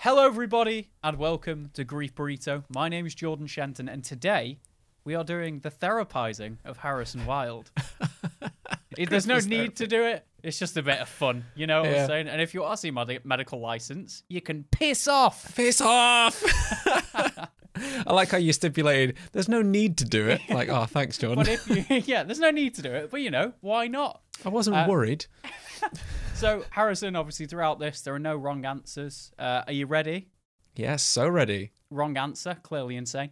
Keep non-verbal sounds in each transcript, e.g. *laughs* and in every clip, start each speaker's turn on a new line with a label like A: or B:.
A: Hello, everybody, and welcome to Grief Burrito. My name is Jordan Shenton, and today we are doing the therapizing of Harrison
B: *laughs*
A: Wilde. It- There's no
B: Christmas
A: need to do it. It's just a bit of fun, you know what
B: Yeah.
A: I'm saying? And if you are seeing my medical license, you can piss off.
B: Piss off! *laughs* I like how you stipulated there's no need to
A: *laughs*
B: do it. Like, oh, thanks, Jordan.
A: But if you, *laughs* yeah, there's no need to do it, but you know, why not?
B: I wasn't
A: uh,
B: worried.
A: So, Harrison, obviously, throughout this, there are no wrong answers. Uh, are you ready?
B: Yes, so ready.
A: Wrong answer, clearly insane.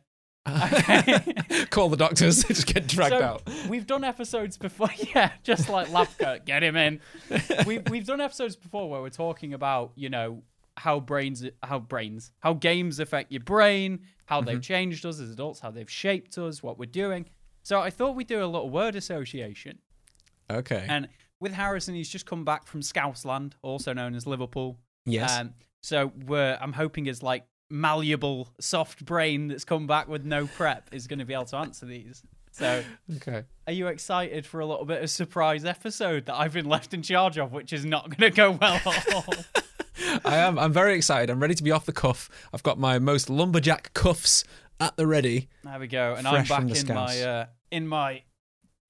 B: Call the doctors. *laughs* They just get dragged
A: So,
B: out. *laughs*
A: We've done episodes before, *laughs* yeah, just like lab coat, get him
B: *laughs*
A: in. We've we've done episodes before where we're talking about you know how brains how brains how games affect your brain, how
B: Mm-hmm.
A: they've changed us as adults, how they've shaped us, what we're doing. So I thought we'd do a little word association.
B: Okay.
A: And with Harrison, he's just come back from Scousland, also known as Liverpool.
B: yes.
A: Um, so we're, I'm hoping his like malleable, soft brain that's come back with no prep is going to be able to answer these. So
B: okay.
A: are you excited for a little bit of surprise episode that I've been left in charge of, which is not going to go
B: *laughs*
A: well at all?
B: I am. I'm very excited. I'm ready to be off the cuff. I've got my most lumberjack cuffs at the ready.
A: there we go, and
B: Fresh
A: I'm
B: from
A: back
B: the
A: in my
B: Scouse.
A: uh, in my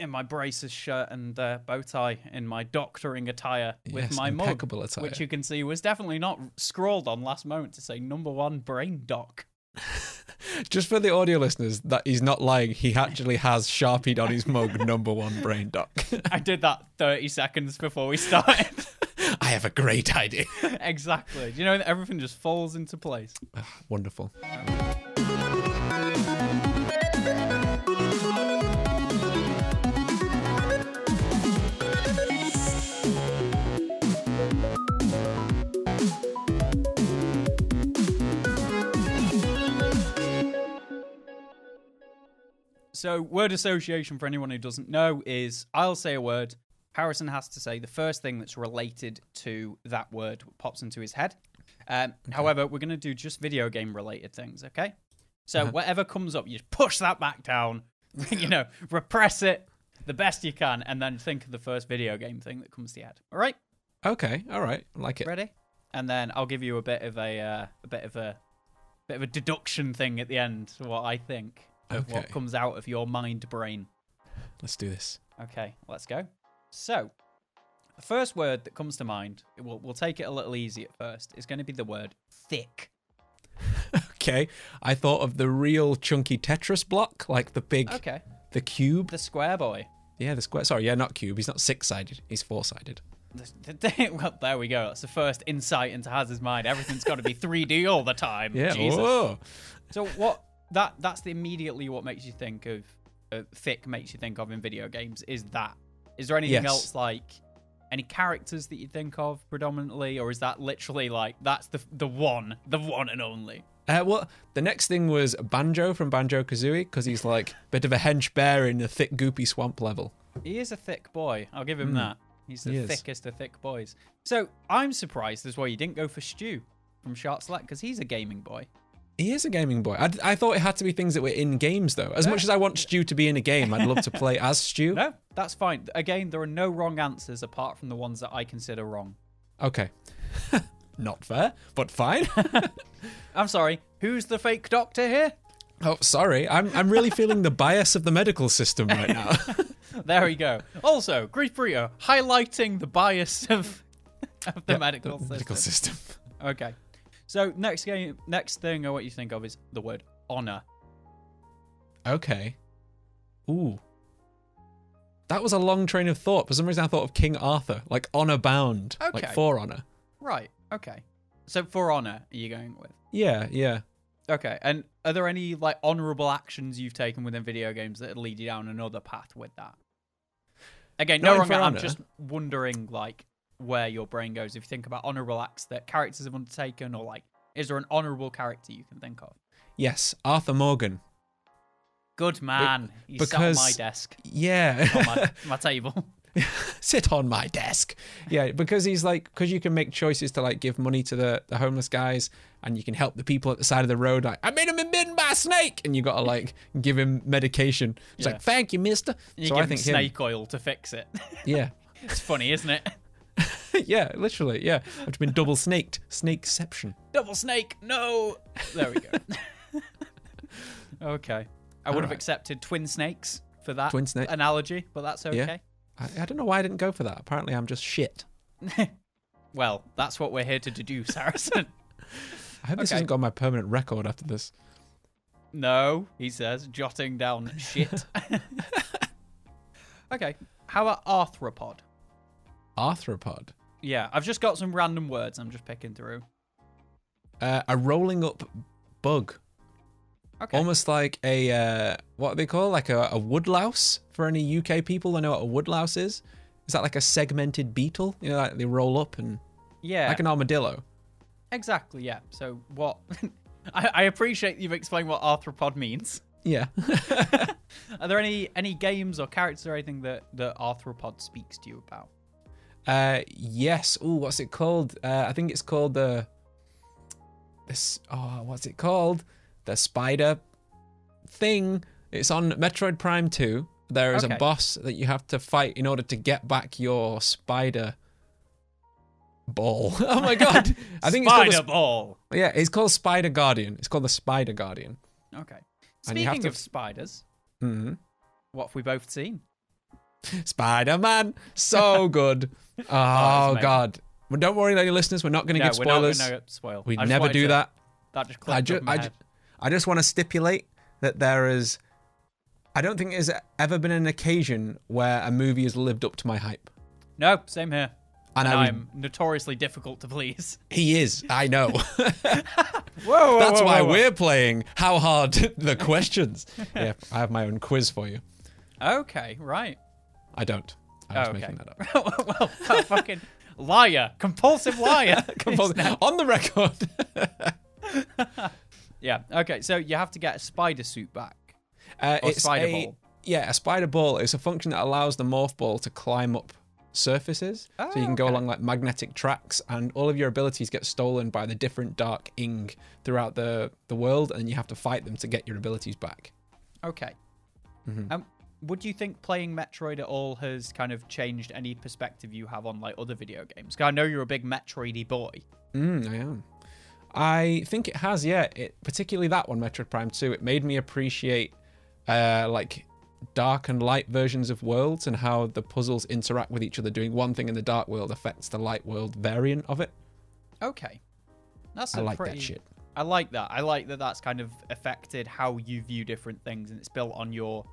A: in my braces shirt and uh, bow tie in my doctoring attire with
B: Yes,
A: my mug,
B: impeccable attire.
A: which you can see was definitely not scrawled on last moment to say number one brain doc.
B: Just for the audio listeners, that he's not lying. He actually has sharpied on
A: *laughs*
B: his mug number one brain doc. *laughs*
A: I did that 30 seconds before we started. *laughs*
B: I have a great idea. *laughs*
A: exactly. Do you know that everything just falls into place?
B: Wonderful.
A: So, word association for anyone who doesn't know is I'll say a word. Harrison has to say the first thing that's related to that word what pops into his head. Um, However, we're going to do just video game related things, okay? So, whatever comes up, you just push that back down, *laughs* you know, repress it the best you can, and then think of the first video game thing that comes to your head. All right?
B: Okay. All right. I like it.
A: Ready? And then I'll give you a bit of a uh, a bit of a bit of a deduction thing at the end, what I think of what
B: Okay.
A: comes out of your mind brain.
B: Let's do this.
A: Okay, let's go. So, the first word that comes to mind, we'll, we'll take it a little easy at first, is going to be the word thick.
B: Okay. I thought of the real chunky Tetris block, like the big,
A: Okay.
B: the cube.
A: The square boy.
B: yeah, the square. Sorry, yeah, not cube. He's not six sided. He's four sided.
A: The- the- *laughs* well, there we go. That's the first insight into Hazard's mind. Everything's got to be
B: *laughs*
A: 3D all the time.
B: Yeah. oh.
A: Jesus.
B: Whoa.
A: So what that that's the immediately what makes you think of uh, thick makes you think of in video games is that. Is there anything
B: Yes.
A: else like any characters that you think of predominantly, or is that literally like that's the the one, the one and only?
B: Uh, well, the next thing was Banjo from Banjo Kazooie because he's like a bit of a hench bear in the thick, goopy swamp level.
A: He is a thick boy. I'll give him that. He's the
B: He is.
A: thickest of thick boys. So I'm surprised as well you didn't go for Stu from Sharp Select because he's a gaming boy.
B: He is a gaming boy. I, I thought it had to be things that were in games, though. As much as I want Stu to be in a game, I'd love
A: *laughs*
B: to play as Stu.
A: No, that's fine. Again, there are no wrong answers apart from the ones that I consider wrong.
B: Okay. *laughs* Not fair, but fine. *laughs*
A: I'm sorry. Who's the fake doctor here?
B: oh, sorry. I'm, I'm really feeling the bias of the medical system
A: *laughs*
B: right now.
A: There we go. Also, Grief Burrito highlighting the bias of *laughs* of the medical
B: The
A: system.
B: medical system.
A: Okay. So next game, next thing I want you to think of is the word honor.
B: Okay. Ooh. That was a long train of thought. For some reason, I thought of King Arthur, like honor bound,
A: Okay.
B: like for honor.
A: Right. Okay. So for honor, are you going with?
B: Yeah, yeah.
A: Okay. And are there any like honorable actions you've taken within video games that lead you down another path with that? Again,
B: Not
A: no
B: in
A: wrong.
B: For
A: I'm
B: Honor.
A: just wondering like where your brain goes if you think about honorable acts that characters have undertaken, or like is there an honorable character you can think of?
B: Yes, Arthur Morgan.
A: Good man. He sat on my
B: because- *laughs*
A: desk, on
B: Yeah.
A: my, my table.
B: *laughs* Sit on my desk. Yeah, because he's like, because you can make choices to like give money to the, the homeless guys and you can help the people at the side of the road. Like, I made him bitten by a snake. And you got to like give him medication. It's
A: Yeah.
B: like, thank you, mister.
A: You
B: so
A: give
B: I think
A: him snake oil to fix it. *laughs*
B: Him, yeah. *laughs*
A: it's funny, isn't it?
B: yeah, literally. Yeah, I've been double snaked. Snakeception.
A: Double snake, no. There we go.
B: *laughs*
A: *laughs* okay. I would have
B: Alright.
A: accepted twin snakes for that
B: Twin snake.
A: analogy, but that's okay.
B: I, I don't know why I didn't go for that. Apparently, I'm just shit.
A: *laughs* Well, that's what we're here to deduce, *laughs* Harrison.
B: I hope this
A: Okay.
B: hasn't got my permanent record after this.
A: no, he says, jotting down
B: *laughs*
A: shit. okay. How about arthropod?
B: Arthropod.
A: Yeah, I've just got some random words I'm just picking through.
B: Uh, a rolling up bug.
A: Okay.
B: Almost like a uh, what do they call like a, a woodlouse for any UK people that know what a woodlouse is. Is that like a segmented beetle? You know, like they roll up and
A: yeah.
B: like an armadillo.
A: Exactly, yeah. So what *laughs* I, I appreciate you've explained what arthropod means. *laughs*
B: Yeah.
A: Are there any any games or characters or anything that that arthropod speaks to you about?
B: Uh, yes. Oh, what's it called? Uh, I think it's called the this. Oh, what's it called? The spider thing. It's on Metroid Prime Two. There is
A: Okay.
B: a boss that you have to fight in order to get back your spider ball. *laughs* oh my god! I think it's
A: spider
B: called the,
A: ball.
B: sp- yeah. It's called Spider Guardian. It's called the Spider Guardian.
A: Okay.
B: And you have
A: Speaking
B: to-
A: of spiders,
B: hmm
A: Mm-hmm. what have we both seen?
B: Spider Man,
A: *laughs*
B: so good. Oh,
A: amazing.
B: god! Well, don't worry, any listeners. We're not going to
A: No,
B: get
A: we're not
B: spoilers.
A: going to spoil.
B: We
A: I just
B: never
A: wanted
B: do
A: to-
B: that.
A: That just clicked
B: I,
A: I
B: ju-
A: up in my
B: I, ju-
A: head.
B: I just want to stipulate that there is. I don't think there's ever been an occasion where a movie has lived up to my hype.
A: No, same here.
B: And,
A: And
B: I would-
A: I'm notoriously difficult to please.
B: he is. I know.
A: *laughs*
B: *laughs*
A: Whoa, whoa
B: That's
A: whoa,
B: why
A: whoa, whoa.
B: we're playing How Hard *laughs* the
A: *laughs*
B: Questions. yeah, I have my own quiz for you.
A: Okay, right.
B: I don't. I was
A: Oh, okay. *laughs*
B: making that up.
A: well, that fucking liar, *laughs* compulsive liar.
B: Compul- *laughs* On the record.
A: Yeah. Okay. So you have to get a spider suit back.
B: Uh,
A: Or
B: it's
A: spider
B: a,
A: ball.
B: Yeah, a spider ball is a function that allows the morph ball to climb up surfaces. so you can go
A: Oh, okay.
B: along like magnetic tracks, and all of your abilities get stolen by the different dark ing throughout the, the world, and you have to fight them to get your abilities back.
A: Okay. Um, would you think playing Metroid at all has kind of changed any perspective you have on like other video games? 'Cause I know you're a big Metroidy boy.
B: Mm, I am. I think it has, yeah. It, particularly that one, Metroid Prime 2, it made me appreciate uh, like dark and light versions of worlds and how the puzzles interact with each other. Doing one thing in the dark world affects the light world variant of it.
A: Okay. That's
B: I
A: a
B: like
A: pretty...
B: that shit.
A: I like that. I like that. That's kind of affected how you view different things, and it's built on your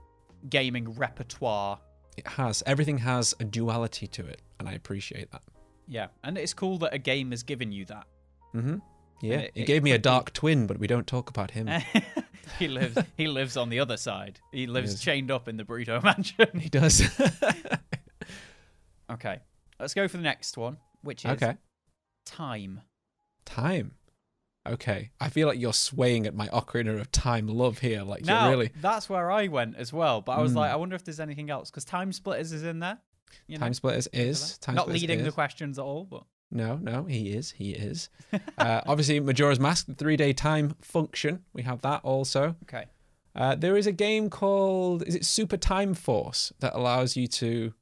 A: gaming repertoire.
B: It has. Everything has a duality to it, and I appreciate that.
A: Yeah, and it's cool that a game has given you that.
B: Mm-hmm. Yeah.
A: And it-
B: It,
A: it
B: gave me a
A: could be-
B: dark twin, but we don't talk
A: *laughs*
B: about him.
A: *laughs* he lives. he lives on the other side. He lives
B: Yes.
A: chained up in the burrito *laughs* mansion.
B: he does.
A: okay, let's go for the next one, which is
B: okay.
A: time.
B: Time. Okay. I feel like you're swaying at my Ocarina of Time love here. Like
A: Now,
B: you're really
A: that's where I went as well. But I was like, I wonder if there's anything else because Time Splitters is in there. You know,
B: Time Splitters is Time
A: not
B: Splitters
A: leading
B: is.
A: the questions at all. *laughs* But
B: No, no, he is.
A: *laughs*
B: He is. uh, obviously, Majora's Mask, the three-day time function. We have that also.
A: okay,
B: Uh, there is a game called is it Super Time Force that allows you to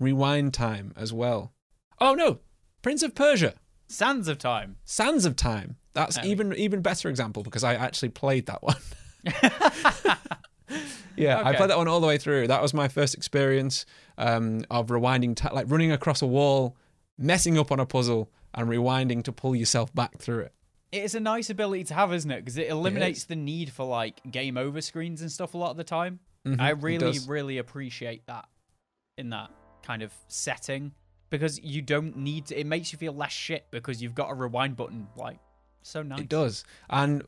B: rewind time as well. Oh no, Prince of Persia,
A: Sands of Time.
B: Sands of Time. That's
A: Oh.
B: even even better example because I actually played that
A: *laughs*
B: one. *laughs* yeah, I
A: Okay.
B: played that one all the way through. That was my first experience um, of rewinding, ti like running across a wall, messing up on a puzzle, and rewinding to pull yourself back through it.
A: It is a nice ability to have, isn't it? Because it eliminates the need for like game over screens and stuff a lot of the time. I really,
B: Mm-hmm. does.
A: really appreciate that in that kind of setting because you don't need to, it makes you feel less shit because you've got a rewind button. Like, so nice.
B: It does. And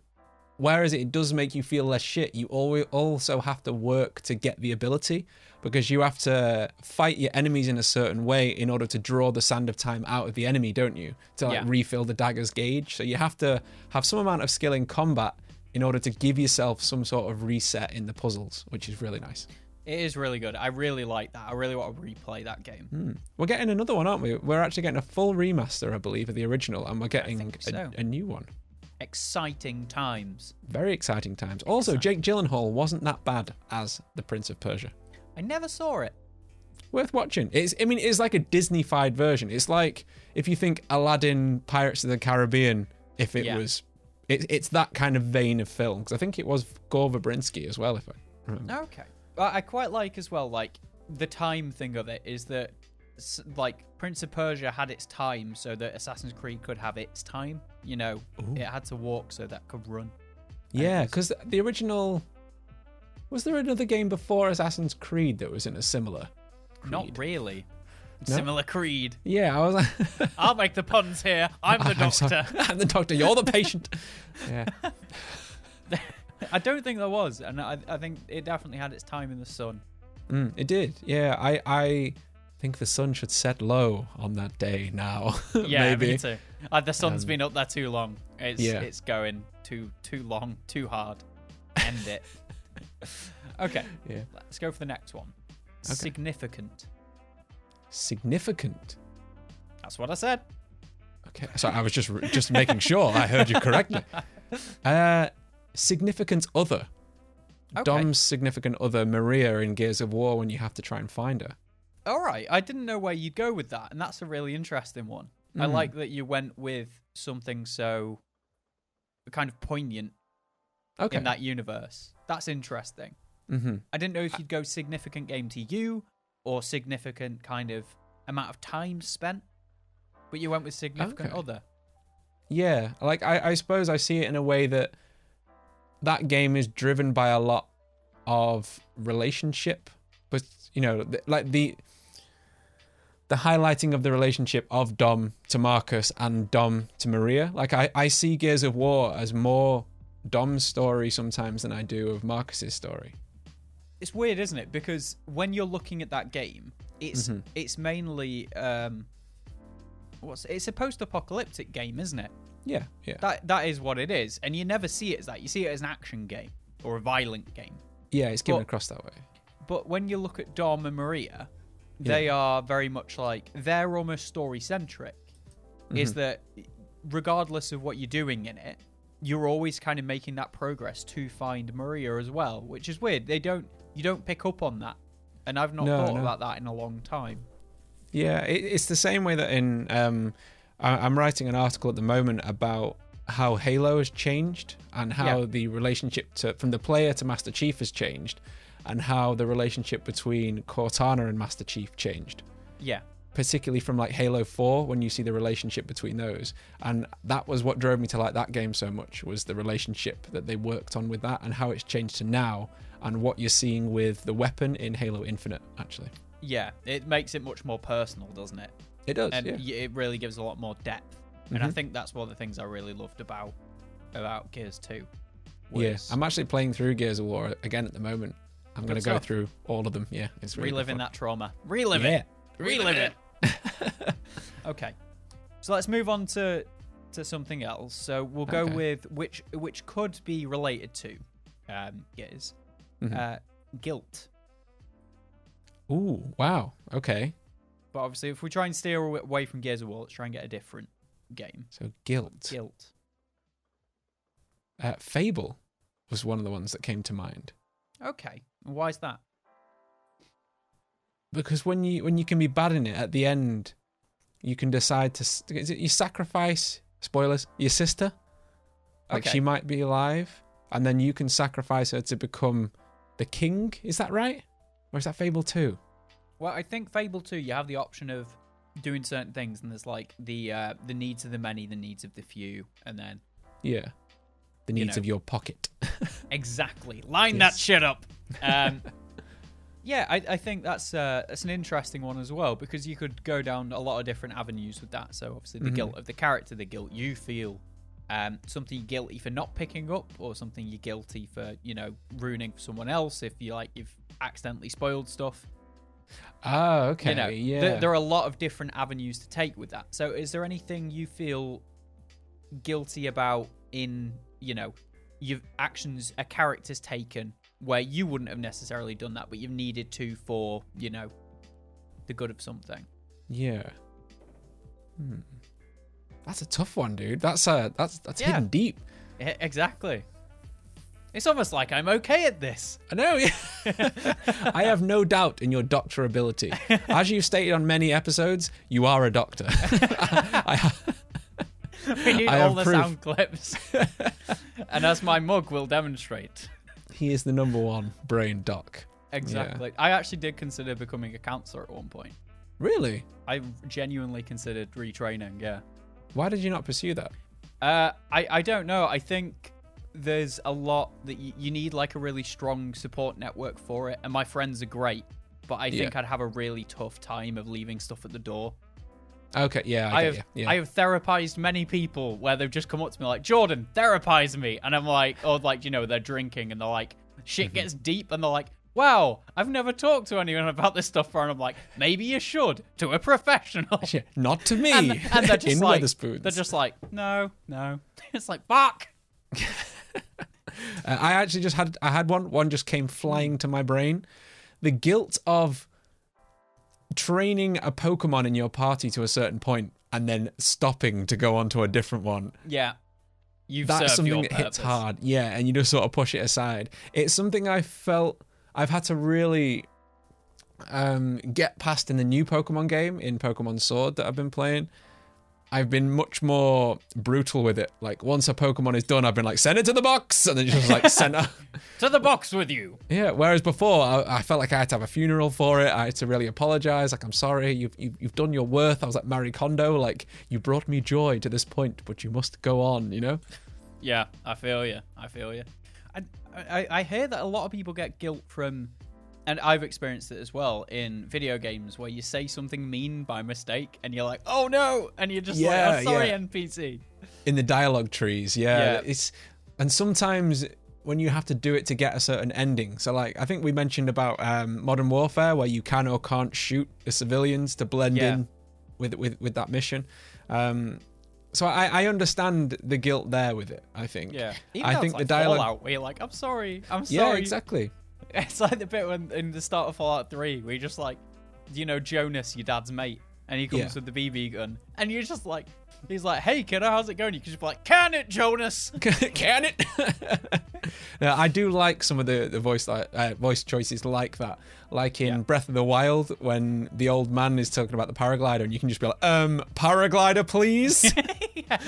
B: whereas it does make you feel less shit, you always also have to work to get the ability because you have to fight your enemies in a certain way in order to draw the sand of time out of the enemy, don't you? To like
A: Yeah.
B: refill the dagger's gauge. So you have to have some amount of skill in combat in order to give yourself some sort of reset in the puzzles, which is really nice.
A: It is really good. I really like that. I really want to replay that game.
B: We're getting another one, aren't we? We're actually getting a full remaster, I believe, of the original, and we're getting
A: think
B: a,
A: so.
B: a new one.
A: Exciting times.
B: Very exciting times. Also, Jake Gyllenhaal wasn't that bad as the Prince of Persia.
A: I never saw it.
B: worth watching. It's I mean it's like a Disney-fied version. It's like if you think Aladdin, Pirates of the Caribbean, if it
A: Yeah.
B: was, it, it's that kind of vein of film because I think it was Gore Verbinski as well. If I remember.
A: Okay. Well, I quite like as well, like, the time thing of it is that, s- like, Prince of Persia had its time so that Assassin's Creed could have its time. You know, it had to walk so that could run.
B: Yeah, because the original was there another game before Assassin's Creed that was in a similar.
A: Not really. Similar creed.
B: Yeah, I was *laughs* like,
A: I'll make the puns here. *laughs* I'm the
B: I'm sorry.
A: doctor.
B: I'm *laughs* the doctor. You're the *laughs* patient. yeah.
A: I don't think there was, and I, I think it definitely had its time in the sun.
B: Mm, it did. Yeah, I I think the sun should set low on that day now. *laughs*
A: Yeah,
B: maybe.
A: me too. Uh, the sun's been up there too long. It's
B: yeah.
A: it's going too too long, too hard. End *laughs* it. okay,
B: Yeah.
A: let's go for the next one. Significant.
B: Significant.
A: That's what I said.
B: Okay. So I was just just making sure I heard you
A: *laughs*
B: correctly. Uh significant other.
A: Okay.
B: Dom's significant other Maria in Gears of War when you have to try and find her.
A: All right, I didn't know where you'd go with that, and that's a really interesting one. I
B: Hmm.
A: like that you went with something so kind of poignant
B: Okay.
A: in that universe. That's interesting.
B: Mhm.
A: I didn't know if you'd go significant game to you or significant kind of amount of time spent, but you went with significant
B: Okay.
A: other.
B: Yeah, like I, I suppose I see it in a way that that game is driven by a lot of relationship, but you know, th- like the the highlighting of the relationship of Dom to Marcus and Dom to Maria. Like I, I see Gears of War as more Dom's story sometimes than I do of Marcus's story.
A: It's weird, isn't it? Because when you're looking at that game, it's it's mainly um, what's it's a post-apocalyptic game, isn't it?
B: Yeah, yeah,
A: That that is what it is, and you never see it as that. You see it as an action game or a violent game.
B: yeah. It's given
A: Well-
B: across that way.
A: But when you look at Dom and Maria, they are very much like they're almost story centric. Is
B: Mm-hmm.
A: that regardless of what you're doing in it, you're always kind of making that progress to find Maria as well, which is weird. They don't you don't pick up on that, and I've not
B: No,
A: thought
B: no.
A: about that in a long time.
B: Yeah, it, it's the same way that in um, I, I'm writing an article at the moment about how Halo has changed and how
A: Yeah.
B: the relationship to from the player to Master Chief has changed, and how the relationship between Cortana and Master Chief changed,
A: Yeah,
B: particularly from like Halo 4 when you see the relationship between those. And that was what drove me to like that game so much was the relationship that they worked on with that and how it's changed to now and what you're seeing with the weapon in Halo Infinite actually.
A: yeah, it makes it much more personal, doesn't it?
B: It does.
A: and
B: yeah. Mm-hmm.
A: y it really gives a lot more depth. And I think that's one of the things I really loved about about Gears Two.
B: Yes,
A: was-
B: I'm actually playing through Gears of War again at the moment. I'm going to go
A: stuff.
B: through all of them. Yeah, it's really good
A: reliving
B: fun.
A: that trauma. Relive it. Relive it. *laughs* okay. So let's move on to to something else. So we'll go
B: Okay.
A: with which which could be related to um gears.
B: Mm-hmm. Hmm.
A: Uh guilt.
B: Yeah. Ooh, wow. Okay.
A: But obviously if we try and steer aw- away from Gears of War, let's try and get a different game.
B: So guilt.
A: Guilt.
B: Uh, Fable was one of the ones that came to mind
A: Okay. Why is that?
B: because when you when you can be bad in it at the end, you can decide to s- is it you sacrifice spoilers your sister like
A: Okay.
B: she might be alive and then you can sacrifice her to become the king. Is that right? Or is that Fable two?
A: Well, I think Fable 2 you have the option of doing certain things and there's like the uh the needs of the many, the needs of the few, and then
B: Yeah. The needs
A: know.
B: of your pocket.
A: Exactly. Line that
B: Yes.
A: shit up. *laughs* Um, yeah, I, I think that's uh, that's an interesting one as well because you could go down a lot of different avenues with that. So obviously the guilt of the character, the guilt you feel, um, something you're guilty for not picking up, or something you're guilty for you know ruining for someone else if you like you've accidentally spoiled stuff.
B: Oh, okay.
A: You know,
B: yeah.
A: there, there are a lot of different avenues to take with that. So is there anything you feel guilty about in you know your actions a character's taken where you wouldn't have necessarily done that but you've needed to for you know the good of something
B: yeah. Hmm. That's a tough one, dude. That's uh that's that's
A: Yeah.
B: hidden deep.
A: E- exactly It's almost like I'm okay at this. *laughs*
B: I know. Yeah. *laughs* I have no doubt in your doctor ability. As you've stated on many episodes, you are a doctor. *laughs* I,
A: We need
B: I
A: all
B: have
A: the
B: proof.
A: sound clips.
B: *laughs*
A: and as my mug will demonstrate.
B: he is the number one brain doc.
A: Exactly. I actually did consider becoming a counselor at one point.
B: Really?
A: I genuinely considered retraining, yeah.
B: Why did you not pursue that?
A: Uh, I, I don't know. I think there's a lot that y- you need like a really strong support network for it. And my friends are great, but I
B: Yeah.
A: think I'd have a really tough time of leaving stuff at the door.
B: Okay, yeah, I,
A: I
B: get
A: have
B: you. Yeah.
A: I have therapized many people where they've just come up to me like, Jordan, therapize me. And I'm like, or like, you know, they're drinking and they're like,
B: Mm-hmm.
A: shit gets deep. And they're like, wow, I've never talked to anyone about this stuff before. And I'm like, maybe you should to a professional.
B: *laughs* Yeah, not to me.
A: And, and they're just
B: *laughs* in
A: like,
B: Wetherspoons.
A: they're just like, no, no. *laughs* It's like, fuck.
B: Uh, I actually just had I had one. One just came flying to my brain. The guilt of training a Pokemon in your party to a certain point and then stopping to go on to a different one.
A: Yeah. You've
B: That's
A: served
B: something
A: your
B: that hits
A: purpose.
B: hard. Yeah, and you just sort of push it aside. It's something I felt I've had to really um, get past in the new Pokemon game in Pokemon Sword that I've been playing. I've been much more brutal with it. Like once a Pokemon is done, I've been like send it to the box, and then just like
A: *laughs*
B: send it.
A: To the box with you.
B: Yeah. Whereas before, I, I felt like I had to have a funeral for it. I had to really apologize. Like, I'm sorry. You've you've, you've done your worth. I was like Marie Kondo. Like, you brought me joy to this point, but you must go on. You know.
A: Yeah, I feel you. I feel you. I, I I hear that a lot of people get guilt from, and I've experienced it as well in video games where you say something mean by mistake and you're like, oh no, and you're just
B: Yeah,
A: like, oh sorry,
B: yeah.
A: NPC.
B: in the dialogue trees yeah,
A: Yeah.
B: it's and sometimes when you have to do it to get a certain ending so like i think we mentioned about um, modern warfare where you can or can't shoot the civilians to blend
A: Yeah.
B: in with, with with that mission um so i i understand the guilt there with it i think
A: Yeah,
B: i
A: though it's
B: think the
A: like
B: dialogue
A: Fallout, where you're like, I'm sorry, I'm
B: yeah
A: sorry.
B: exactly
A: *laughs* It's like the bit when in the start of Fallout Three where you're just like, you know, Jonas, your dad's mate, and he comes
B: Yeah.
A: with the BB gun, and you're just like, he's like, hey kiddo, how's it going? You can just be like, can it,
B: *laughs*
A: Jonas?
B: *laughs*
A: *laughs*
B: can it? no, I do like some of the the voice li- uh, voice choices like that, like in
A: Yeah.
B: Breath of the Wild when the old man is talking about the paraglider, and you can just be like, um, paraglider,
A: *laughs*
B: please.
A: yeah.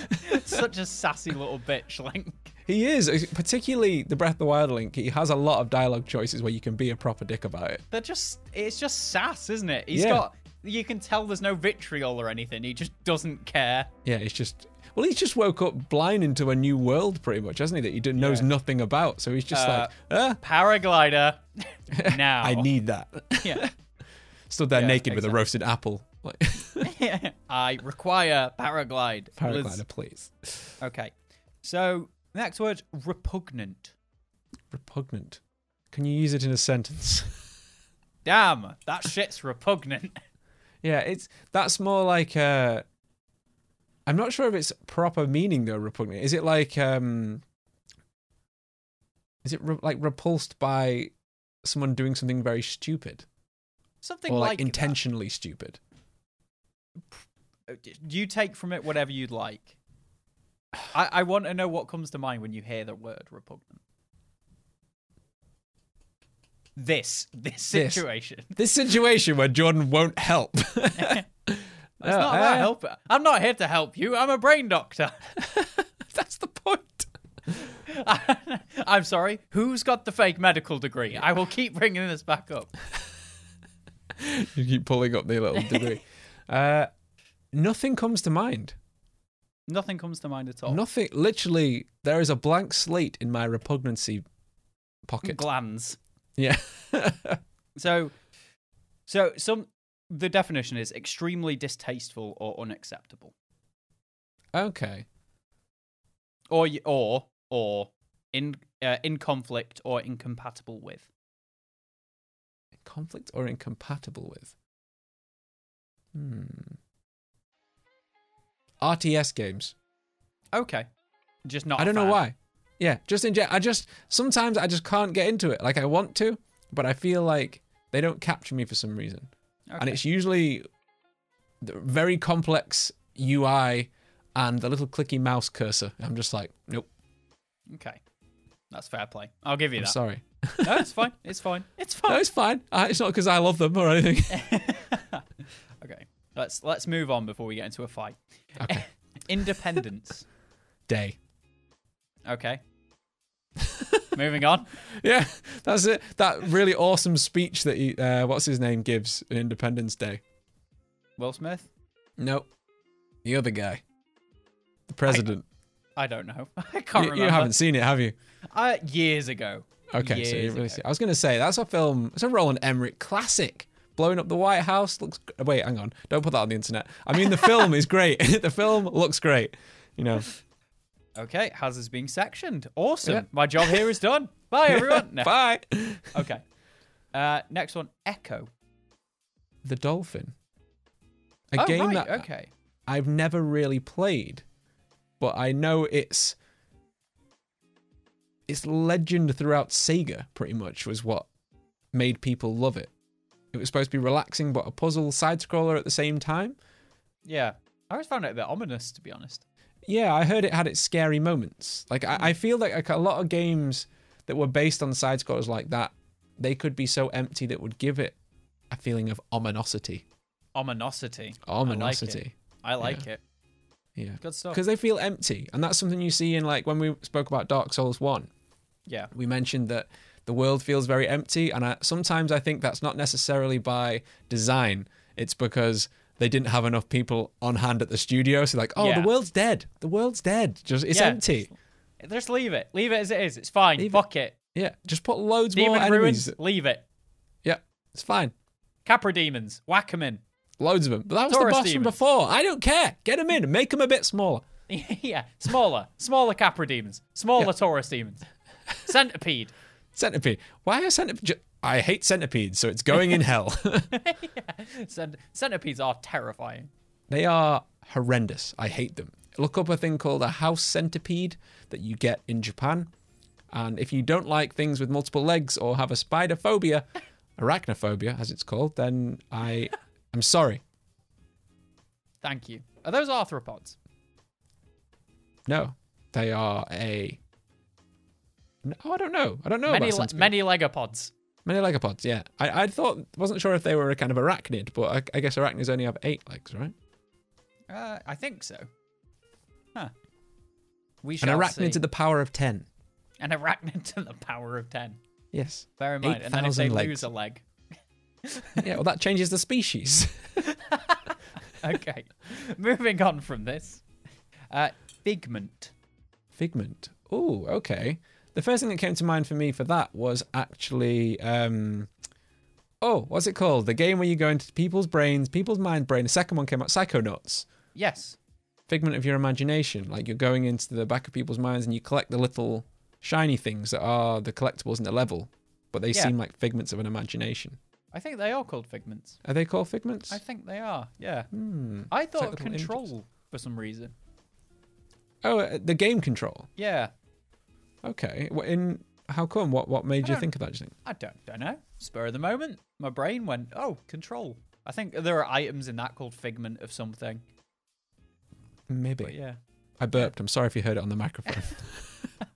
A: Such a sassy little bitch, Link.
B: he is particularly the Breath of the Wild link. He has a lot of dialogue choices where you can be a proper dick about it.
A: They're just it's just sass, isn't it? He's
B: Yeah.
A: got you can tell there's no vitriol or anything. He just doesn't care.
B: Yeah, it's just. Well, he's just woke up blind into a new world, pretty much, hasn't he? That he d- knows
A: Yeah.
B: nothing about. So he's just
A: Uh,
B: like, uh,
A: Paraglider.
B: *laughs*
A: now.
B: I need that.
A: *laughs* yeah.
B: Stood there
A: Yeah,
B: naked with a roasted apple. Like, *laughs*
A: I require paraglide. Liz.
B: paraglider, please.
A: Okay. So next word repugnant.
B: Repugnant. Can you use it in a sentence? *laughs*
A: Damn, that shit's repugnant. *laughs*
B: yeah, it's that's more like uh I'm not sure if it's proper meaning though, repugnant. Is it like um is it re- like repulsed by someone doing something very stupid
A: Something
B: or like,
A: like that.
B: intentionally stupid?
A: Uh, You take from it whatever you'd like. I, I want to know what comes to mind when you hear the word repugnant. This this
B: This.
A: situation. *laughs*
B: This situation where Jordan won't help. *laughs* uh,
A: It's not about help. I'm not here to help you. I'm a brain doctor. *laughs*
B: That's the point. *laughs*
A: I'm sorry. Who's got the fake medical degree? I will keep bringing this back up.
B: You keep pulling up
A: *laughs*
B: the little degree. uh nothing comes to mind.
A: Nothing comes to mind at all.
B: Nothing. Literally, there is a blank slate in my repugnancy pocket.
A: Glands.
B: yeah. *laughs*
A: So, so some the definition is extremely distasteful or unacceptable,
B: okay.
A: or y- or or in uh, in conflict or incompatible with.
B: Conflict or incompatible with. Hmm. RTS games.
A: Okay, just not.
B: I
A: a
B: don't know
A: fan.
B: why. Yeah, just in gen- I just sometimes I just can't get into it. Like I want to, but I feel like they don't capture me for some reason. and
A: Okay.
B: it's usually the very complex UI and the little clicky mouse cursor. I'm just like, nope.
A: okay. That's fair play. I'll give you
B: I'm
A: that.
B: sorry.
A: No, it's fine. It's fine. It's
B: No,
A: fine.
B: *laughs* it's fine. Uh, It's not because I love them or anything. *laughs*
A: Okay. Let's let's move on before we get into a fight.
B: Okay.
A: Independence.
B: Day. *laughs*
A: Okay. Moving on.
B: Yeah, that's it. That really awesome speech that he, uh, what's his name gives on Independence Day.
A: Will Smith.
B: Nope. The other guy. The president.
A: I don't know. *laughs* I can't
B: you,
A: remember.
B: you haven't seen it, have you?
A: Uh, years ago.
B: Okay, so you
A: Years
B: didn't really
A: ago.
B: see. I was going to say that's a film. It's a Roland Emmerich classic. Blowing up the White House looks. gr- Wait, hang on. Don't put that on the internet. I mean, the film is great. *laughs* the film looks great. You know.
A: Okay, Haz is being sectioned. Awesome.
B: Yeah.
A: My job here is
B: *laughs*
A: done. Bye, everyone. No.
B: Bye.
A: Okay. Uh, next one, Echo.
B: The Dolphin. A
A: oh,
B: game
A: right.
B: that
A: okay.
B: I've never really played, but I know it's it's legend throughout Sega. Pretty much was what made people love it. It was supposed to be relaxing, but a puzzle side scroller at the same time.
A: Yeah. I always found it a bit ominous, to be honest.
B: Yeah, I heard it had its scary moments. Like I, I feel like, like a lot of games that were based on side scrollers like that, they could be so empty that would give it a feeling of ominosity.
A: Ominosity.
B: Ominosity.
A: I like it.
B: Yeah.
A: Good stuff.
B: Because they feel empty. And that's something you see in like when we spoke about Dark Souls 1.
A: Yeah.
B: We mentioned that the world feels very empty. And I, sometimes I think that's not necessarily by design. It's because they didn't have enough people on hand at the studio. So like, oh,
A: Yeah.
B: the world's dead. The world's dead. Just it's
A: Yeah.
B: empty.
A: Just leave it. Leave it as it is. It's fine.
B: Leave it.
A: Fuck it.
B: Yeah, just put loads more
A: Demon
B: enemies.
A: ruins. Leave it.
B: Yeah, it's fine.
A: Capra demons. Whack them in. *laughs*
B: Loads of them. But that was
A: Taurus
B: the boss
A: demons.
B: from before. I don't care. Get them in and make them a bit smaller.
A: yeah. Smaller. Smaller Capra demons. Smaller Taurus demons. Centipede.
B: Centipede. Why are centipede? I hate centipedes, so it's going
A: *laughs*
B: in hell.
A: Cent- centipedes are terrifying.
B: They are horrendous. I hate them. Look up a thing called a house centipede that you get in Japan. And if you don't like things with multiple legs or have a spider phobia, *laughs* arachnophobia as it's called, then I I'm sorry.
A: Thank you. Are those arthropods?
B: No. They are a no, I don't know. I don't know
A: Many,
B: about
A: le-
B: centipedes.
A: many legopods.
B: Many legopods, yeah. I, I thought wasn't sure if they were a kind of arachnid, but I, I guess arachnids only have eight legs, right?
A: Uh, I think so. Huh. We
B: An
A: shall see.
B: arachnid to the power of ten.
A: an arachnid to the power of ten.
B: Yes.
A: Bear in mind, and then if
B: 8,000
A: they
B: legs.
A: lose a leg, *laughs*
B: Yeah, well that changes the species. *laughs*
A: okay. Moving on from this, uh, figment.
B: Figment. Oh, okay. The first thing that came to mind for me for that was actually um Oh, what's it called? The game where you go into people's brains, people's mind brain. The second one came out, Psychonauts.
A: Yes.
B: Figment of your imagination. Like you're going into the back of people's minds and you collect the little shiny things that are the collectibles in the level. But they
A: Yeah.
B: seem like figments of an imagination.
A: I think they are called figments.
B: Are they called figments?
A: I think they are. Yeah.
B: Hmm.
A: I thought of
B: Technical
A: control for some reason.
B: Oh, uh, the game control.
A: Yeah.
B: Okay. Wh- In how come? What what made you
A: don't-
B: think of that? Do you think?
A: I don't don't know. Spur of the moment, my brain went, "Oh, control." I think there are items in that called figment of something.
B: Maybe.
A: But yeah.
B: I burped. I'm sorry if you heard it on the microphone.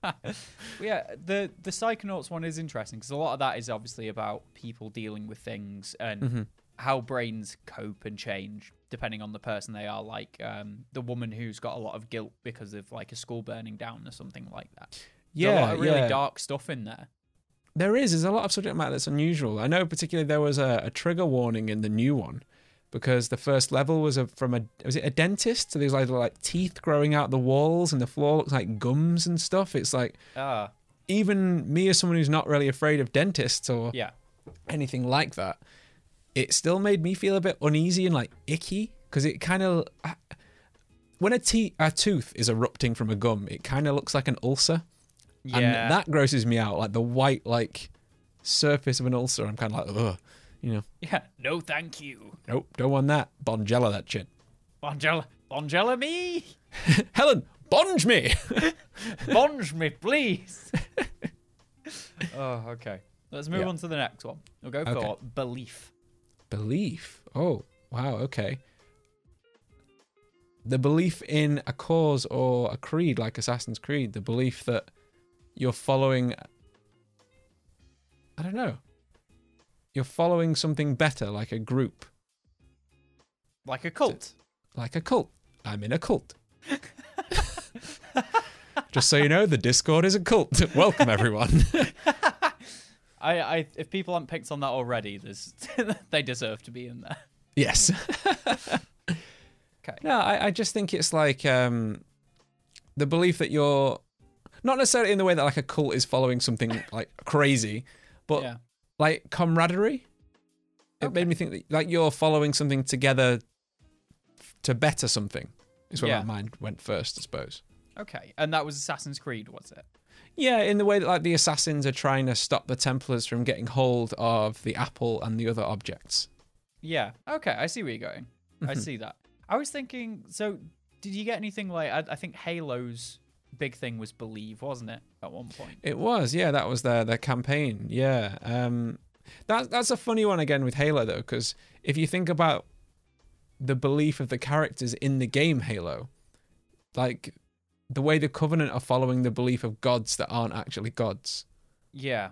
A: But yeah, the the psychonauts one is interesting because a lot of that is obviously about people dealing with things and
B: Mm-hmm.
A: how brains cope and change depending on the person they are. Like um, the woman who's got a lot of guilt because of like a school burning down or something like that. There's a lot of really dark stuff in there.
B: There is. There's a lot of subject matter that's unusual. I know, particularly, there was a, a trigger warning in the new one because the first level was a, from a was it a dentist? So there's like like teeth growing out the walls, and the floor looks like gums and stuff. It's like
A: Ah,
B: even me as someone who's not really afraid of dentists or
A: yeah,
B: anything like that, it still made me feel a bit uneasy and like icky because it kind of when a, te- a tooth is erupting from a gum, it kind of looks like an ulcer.
A: yeah.
B: and that grosses me out. Like the white like surface of an ulcer, I'm kind of like, ugh, you know,
A: *laughs* yeah. No, thank you,
B: nope, don't want that. Bonjella that shit. *laughs*
A: Bongela, Bongela me,
B: Helen, bonge me. *laughs*
A: Bonge me, please. *laughs* oh, okay. Let's move
B: Yeah.
A: on to the next one. We'll go for
B: Okay.
A: belief.
B: belief. Oh wow, okay. The belief in a cause or a creed, like Assassin's Creed, the belief that you're following I don't know. You're following something better like a group,
A: Like a cult.
B: like a cult. I'm in a cult. *laughs* Just so you know, the Discord is a cult. *laughs* Welcome everyone.
A: I, I if people haven't picked on that already, there's *laughs* they deserve to be in there.
B: yes.
A: Okay.
B: No, I, I just think it's like um, the belief that you're not necessarily in the way that like a cult is following something like crazy, but
A: Yeah.
B: like camaraderie. It made me think that like you're following something together f- to better something. Is where
A: Yeah.
B: my mind went first, I suppose.
A: Okay. And that was Assassin's Creed, was it?
B: Yeah, in the way that like the assassins are trying to stop the Templars from getting hold of the apple and the other objects.
A: Yeah. Okay. I see where you're going.
B: Mm-hmm.
A: I see that. I was thinking. So, did you get anything like? I, I think Halo's big thing was believe, wasn't it? At one point.
B: It was, yeah, that was their their campaign. Yeah. Um that that's a funny one again with Halo though cuz if you think about the belief of the characters in the game Halo, like the way the covenant are following the belief of gods that aren't actually gods,
A: Yeah.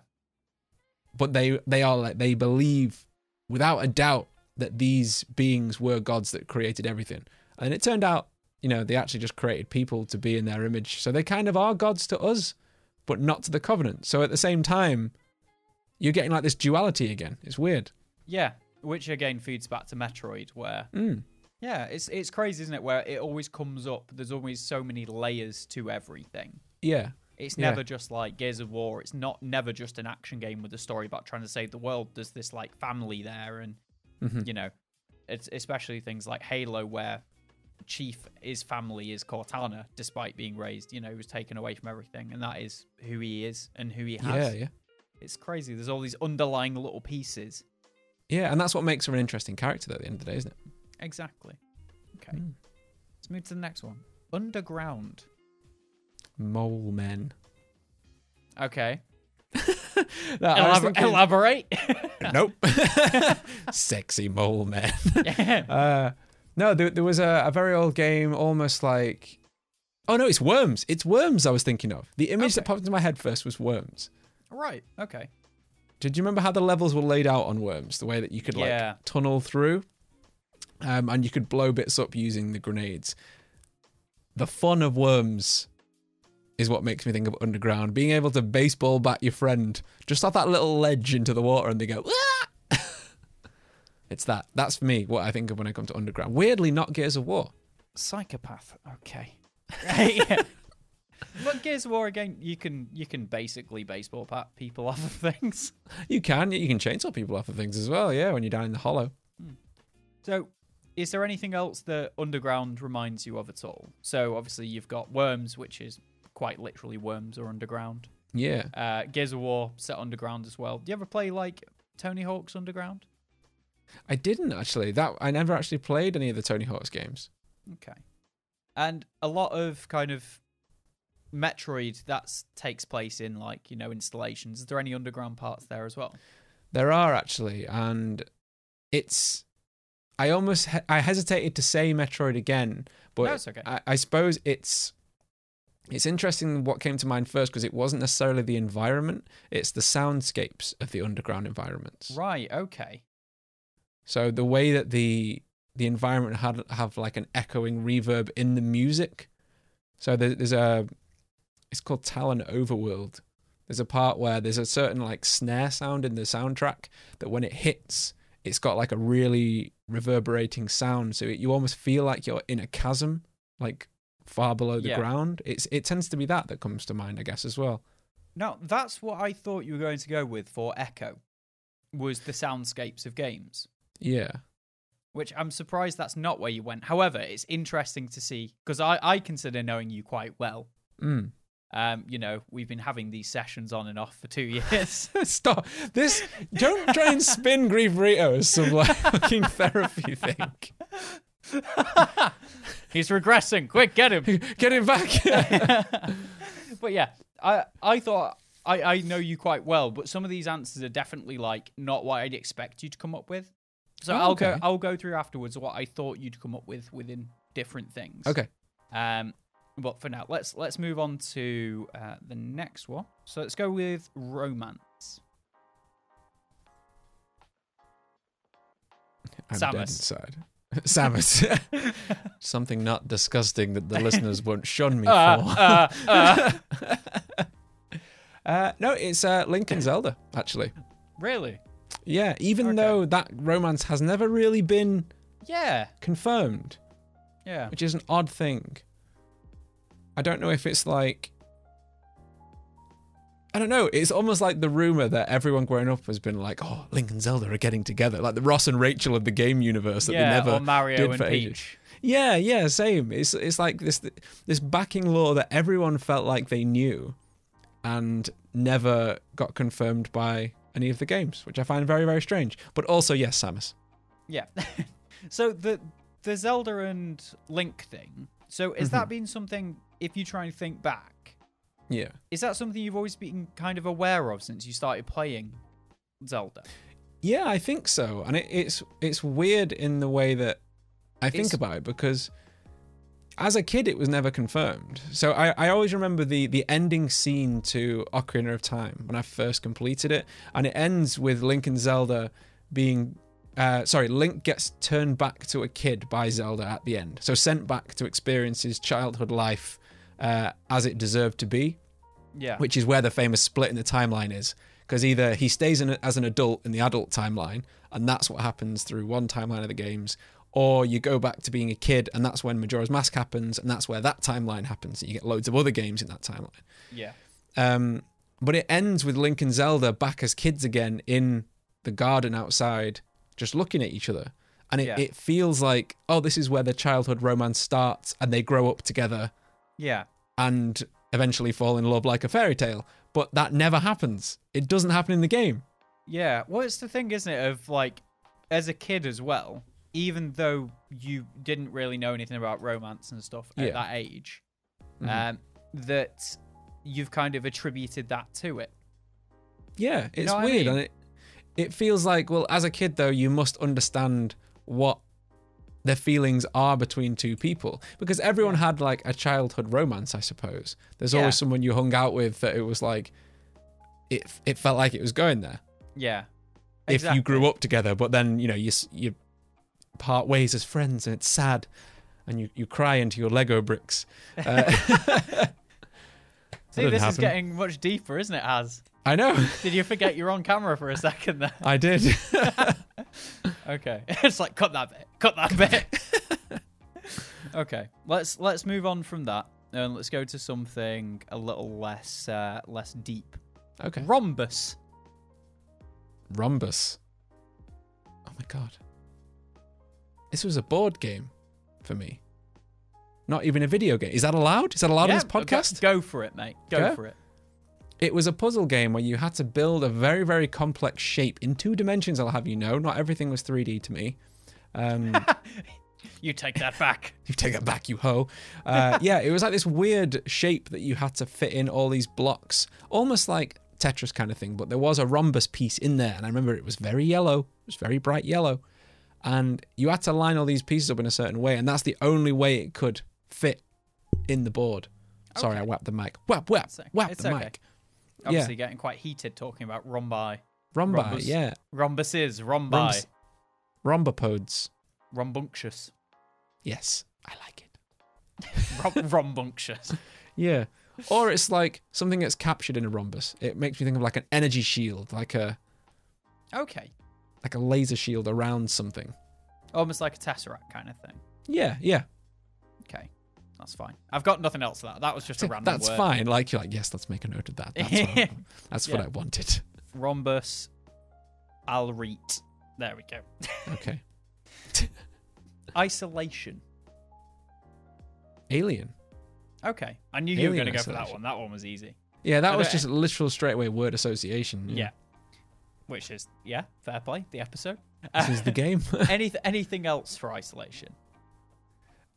B: but they they are like they believe without a doubt that these beings were gods that created everything. And it turned out, you know, they actually just created people to be in their image. So they kind of are gods to us, but not to the covenant. So at the same time, you're getting like this duality again. It's weird.
A: Yeah. Which again feeds back to Metroid, where
B: Mm.
A: yeah, it's it's crazy, isn't it? Where it always comes up. There's always so many layers to everything.
B: Yeah.
A: It's
B: Yeah.
A: never just like Gears of War. It's not never just an action game with a story about trying to save the world. There's this like family there, and
B: Mm-hmm.
A: you know, it's especially things like Halo where Chief his family is Cortana, despite being raised. You know, he was taken away from everything, and that is who he is and who he has.
B: Yeah, yeah.
A: It's crazy. There's all these underlying little pieces.
B: Yeah, and that's what makes her an interesting character though, at the end of the day, isn't it?
A: Exactly. Okay,
B: Hmm.
A: let's move to the next one. Underground.
B: Mole men.
A: Okay.
B: No, Uh, I was
A: Elabor-
B: thinking-
A: elaborate.
B: *laughs* nope. *laughs* Sexy mole men.
A: *laughs* yeah.
B: *laughs* Uh, no, there, there was a, a very old game, almost like. Oh no, it's Worms. It's Worms. I was thinking of the image that
A: Okay.
B: popped into my head first was Worms.
A: Right. Okay.
B: Did you remember how the levels were laid out on Worms? The way that you could like
A: Yeah.
B: tunnel through, um, and you could blow bits up using the grenades. The fun of Worms is what makes me think of Underground. Being able to baseball bat your friend just off that little ledge into the water, and they go. "Ah!" *laughs* it's that. That's for me what I think of when I come to Underground. Weirdly, not Gears of War.
A: psychopath. Okay. *laughs* yeah. But Gears of War again, you can you can basically baseball bat people *laughs* off of things.
B: You can, you can chainsaw people off of things as well. Yeah, when you're down in the hollow.
A: So, is there anything else that Underground reminds you of at all? So obviously you've got Worms, which is quite literally Worms or Underground.
B: Yeah.
A: Uh, Gears of War set Underground as well. Do you ever play like Tony Hawk's Underground?
B: I didn't actually. That I never actually played any of the Tony Hawk's games.
A: Okay. And a lot of kind of Metroid that's takes place in like you know installations. Is there any underground parts there as well?
B: There are actually, and it's. I almost he- I hesitated to say Metroid again, but
A: No, it's okay.
B: I, I suppose it's. It's interesting what came to mind first because it wasn't necessarily the environment; it's the soundscapes of the underground environments.
A: Right. Okay.
B: So the way that the the environment had have like an echoing reverb in the music. So there, there's a it's called Talon Overworld. There's a part where there's a certain like snare sound in the soundtrack that when it hits, it's got like a really reverberating sound. So it, you almost feel like you're in a chasm, like far below the
A: Yeah.
B: ground. It's it tends to be that that comes to mind, I guess, as well.
A: Now, that's what I thought you were going to go with for Echo, was the soundscapes of games,
B: Yeah.
A: which I'm surprised that's not where you went. However, it's interesting to see, because I, I consider knowing you quite well.
B: Mm.
A: Um, you know, we've been having these sessions on and off for two *laughs* years.
B: *laughs* Stop this! Don't try and spin Grief Burrito as some *laughs* like fucking therapy thing.
A: He's regressing. Quick, get him.
B: *laughs* Get him back.
A: but yeah, I I thought I, I know you quite well, but some of these answers are definitely like not what I'd expect you to come up with. So
B: Oh,
A: I'll go
B: okay.
A: I'll go through afterwards what I thought you'd come up with within different things.
B: okay.
A: Um, But for now, let's let's move on to uh, the next one. So let's go with romance.
B: I'm
A: Samus.
B: dead inside. *laughs* Samus. Something not disgusting *laughs* that the listeners won't shun me for.
A: Uh, *laughs* uh,
B: Uh, no, it's uh, Link and Zelda, actually.
A: really?
B: Yeah, even
A: Okay.
B: though that romance has never really been
A: Yeah,
B: confirmed,
A: yeah.
B: which is an odd thing. I don't know if it's like. I don't know. It's almost like the rumor that everyone growing up has been like, "Oh, Link and Zelda are getting together," like the Ross and Rachel of the game universe that
A: yeah, um,
B: they never
A: or Mario
B: did
A: and
B: for
A: Peach.
B: ages. Yeah, yeah, same. It's it's like this this backing law that everyone felt like they knew, and never got confirmed by any of the games, which I find very very strange. But also, yes, Samus.
A: Yeah. *laughs* so the the Zelda and Link thing. So has
B: Mm-hmm.
A: that been something? If you try and think back,
B: Yeah.
A: is that something you've always been kind of aware of since you started playing Zelda?
B: Yeah, I think so. And it, it's it's weird in the way that I think
A: It's-
B: about it because as a kid it was never confirmed. So I, I always remember the the ending scene to Ocarina of Time when I first completed it. And it ends with Link and Zelda being uh, sorry, Link gets turned back to a kid by Zelda at the end. So sent back to experience his childhood life uh, as it deserved to be
A: Yeah.
B: which is where the famous split in the timeline is. Because either he stays in as an adult in the adult timeline, and that's what happens through one timeline of the games, or you go back to being a kid, and that's when Majora's Mask happens, and that's where that timeline happens, and you get loads of other games in that timeline.
A: yeah.
B: Um, but it ends with Link and Zelda back as kids again in the garden outside, just looking at each other. And it,
A: Yeah.
B: it feels like, oh, this is where their childhood romance starts, and they grow up together,
A: Yeah.
B: and eventually fall in love like a fairy tale. But that never happens. It doesn't happen in the game.
A: Yeah. Well, it's the thing, isn't it? Of like, as a kid as well, even though you didn't really know anything about romance and stuff at
B: Yeah.
A: that age,
B: Mhm.
A: um, that you've kind of attributed that to it.
B: Yeah, it's
A: know what I
B: weird,
A: mean?
B: and it it feels like well, as a kid though, you must understand what their feelings are between two people because everyone had like a childhood romance, I suppose. There's
A: Yeah.
B: always someone you hung out with that it was like it it felt like it was going there.
A: Yeah.
B: If you grew up together, but then you know you s- you part ways as friends, and it's sad, and you you cry into your Lego bricks.
A: See,
B: didn't
A: this is
B: happen.
A: getting much deeper, isn't it, Has?
B: I know. *laughs*
A: Did you forget you're on camera for a *laughs* second there?
B: I did. *laughs*
A: Okay. *laughs* it's like cut that bit. Cut that bit. *laughs* okay. Let's let's move on from that and let's go to something a little less uh, less deep.
B: okay.
A: Rhombus.
B: Rhombus. Oh my god. This was a board game for me. Not even a video game. Is that allowed? Is that allowed on this
A: Yeah, go-
B: podcast?
A: Go, for it, mate. Go
B: Okay.
A: for it.
B: It was a puzzle game where you had to build a very, very complex shape in two dimensions, I'll have you know. Not everything was 3D to me. Um,
A: You take that
B: *laughs*
A: back.
B: you take it back, you hoe.
A: *laughs*
B: Uh, yeah, it was like this weird shape that you had to fit in all these blocks, almost like Tetris kind of thing. But there was a rhombus piece in there, and I remember it was very yellow. It was very bright yellow, and you had to line all these pieces up in a certain way, and that's the only way it could fit in the board. Sorry, I whapped the mic. Whap whap
A: It's o-
B: whap
A: it's
B: the
A: okay.
B: mic.
A: Obviously getting quite heated talking about rhombi.
B: Rhombi,
A: Rhombus.
B: yeah,
A: Rhombuses, rhombi.
B: Rhombus. rhombopodes.
A: Rhombunctious.
B: Yes, I like it. *laughs*
A: Rhom- rhombunctious.
B: Yeah. Or it's like something that's captured in a rhombus. It makes me think of like an energy shield, like a
A: Okay.
B: like a laser shield around something.
A: Almost like a tesseract kind of thing.
B: Yeah, yeah.
A: Okay. That's fine. I've got nothing else for that. That was
B: *laughs*
A: just a random
B: That's
A: word.
B: fine. Like you're like, yes, let's make a note of that. That's what,
A: *laughs*
B: I- that's what
A: Yeah.
B: I wanted. *laughs*
A: Rhombus Alrete. There we go.
B: Okay.
A: Isolation.
B: Alien.
A: Okay. I knew you were
B: Alien
A: going to go for that
B: isolation.
A: one. That one was easy.
B: Yeah, that
A: I
B: was
A: don't-
B: just literal straightaway word association.
A: Yeah. Which is, yeah, fair play, the episode. *laughs*
B: This is the game. *laughs*
A: Any, anything else for isolation?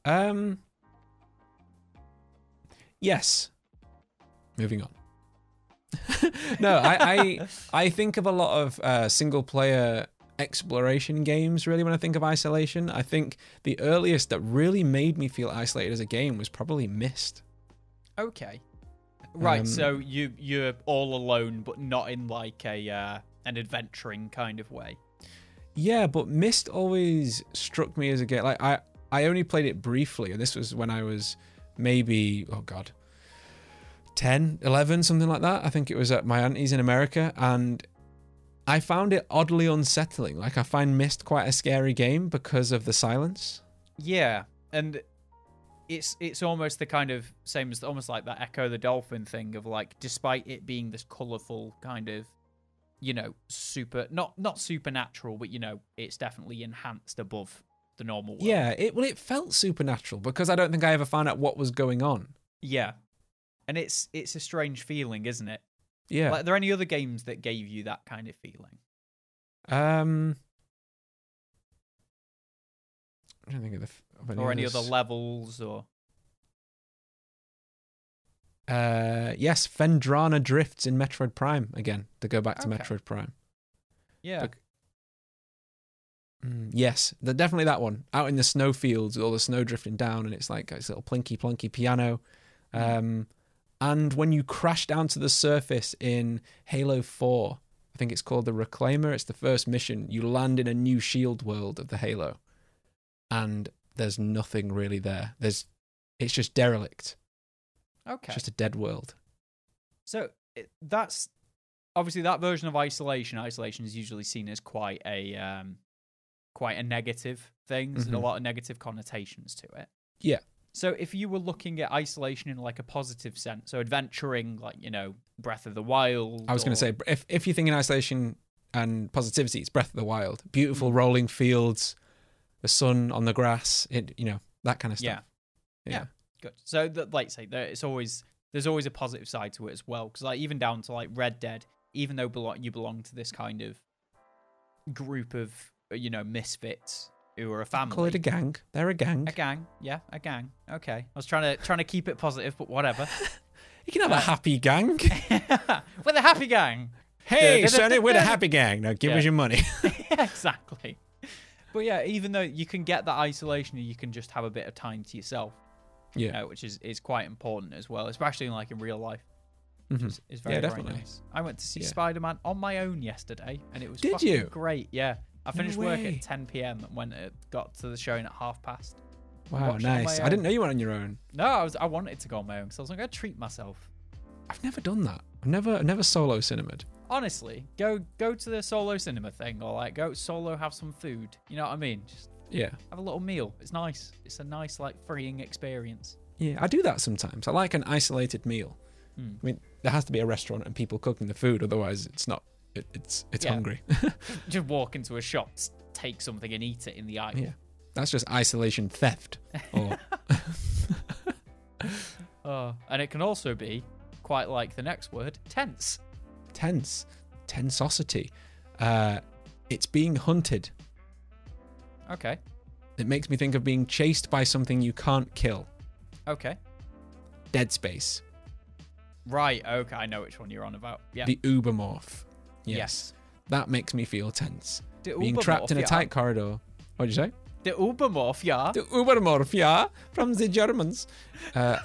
B: um Yes. Moving on. no, I, I I think of a lot of uh, single player exploration games really when I think of isolation. I think the earliest that really made me feel isolated as a game was probably Myst.
A: Okay. Right.
B: Um,
A: so you you're all alone, but not in like a uh, an adventuring kind of way.
B: Yeah, but Mist always struck me as a game. Like I, I only played it briefly, and this was when I was maybe oh god, 10, 11, something like that. I think it was at my auntie's in America, and I found it oddly unsettling. Like I find Mist quite a scary game because of the silence.
A: Yeah, and it's it's almost the kind of same as almost like that Echo the Dolphin thing of like, despite it being this colorful kind of, you know, super not not supernatural, but you know, it's definitely enhanced above the normal. World.
B: Yeah, it well, it felt supernatural because I don't think I ever found out what was going on.
A: yeah, and it's it's a strange feeling, isn't it?
B: Yeah.
A: Like, are there any other games that gave you that kind of feeling?
B: um. I don't think of, the, f- of
A: or any other
B: others.
A: levels or
B: Uh, yes, Fendrana drifts in Metroid Prime again. To go back to
A: Okay.
B: Metroid Prime.
A: yeah
B: Bec- Mm, yes, th- definitely that one. Out in the snowfields, with all the snow drifting down, and it's like got its little plinky plonky piano.
A: Mm.
B: Um, and when you crash down to the surface in Halo Four, I think it's called the Reclaimer. It's the first mission. You land in a new Shield world of the Halo, and there's nothing really there. There's, it's just derelict.
A: okay
B: It's just a dead world.
A: so it, that's obviously that version of isolation isolation is usually seen as quite a um quite a negative thing There's a
B: Mhm.
A: lot of negative connotations to it
B: Yeah.
A: so if you were looking at isolation in like a positive sense so adventuring like you know breath of the wild
B: I was going
A: or-
B: to say, if if you think in isolation and positivity, it's Breath of the Wild. Beautiful
A: Mm.
B: rolling fields, the sun on the grass. It you know that kind of
A: yeah
B: stuff.
A: yeah,
B: Yeah.
A: good so that like say there it's always there's always a positive side to it as well because like even down to like red dead even though belo- you belong to this kind of group of you know misfits who are a family
B: Call it a gang. They're a gang.
A: A gang, yeah, a gang. Okay, I was trying to trying to keep it positive, but whatever. *laughs*
B: You can have a happy gang.
A: We're the happy gang,
B: hey, *laughs*
A: da- da-
B: Sonny,
A: da-
B: we're the
A: da-
B: happy gang. Now give
A: Yeah.
B: us
A: *laughs*
B: your money.
A: Yeah, exactly. But yeah, even though you can get that isolation, you can just have a bit of time to yourself, you
B: yeah.
A: know, which is is quite important as well, especially in, like in real life.
B: Mhm.
A: It's, it's very
B: Yeah,
A: very
B: definitely.
A: nice. I went to see
B: Yeah.
A: Spider Man on my own yesterday, and it was
B: Did
A: fucking
B: you?
A: great. Yeah, I finished work
B: way.
A: at 10 p.m. and went it got to the showing at half past.
B: Wow,
A: watched it on
B: nice.
A: my
B: I didn't
A: own.
B: know you were on your own.
A: No, I was I wanted to go on my own because I was like, I treat myself.
B: I've never done that. I've never I've never solo cinemaed.
A: honestly, go go to the solo cinema thing or like go solo have some food. You know what I mean? Just
B: Yeah.
A: have a little meal. It's nice. It's a nice like freeing experience.
B: Yeah, I do that sometimes. I like an isolated meal.
A: Hmm.
B: I mean, there has to be a restaurant and people cooking the food, otherwise it's not. It, it's it's
A: Yeah.
B: hungry. *laughs*
A: Just walk into a shop, s- take something and eat it in the aisle.
B: Yeah. That's just isolation theft.
A: *laughs*
B: Or
A: Uh, and it can also be quite like the next word, tense.
B: tense, tensosity. Uh, it's being hunted.
A: Okay.
B: It makes me think of being chased by something you can't kill.
A: Okay.
B: Dead Space,
A: Right. Okay. I know which one you're on about. Yeah.
B: the Ubermorph. Yes. That makes me feel tense.
A: The
B: being trapped in a
A: Ubermorph,
B: tight corridor. What did you say?
A: The Ubermorph, yeah.
B: The Ubermorph, yeah, from the Germans.
A: *laughs*
B: Uh,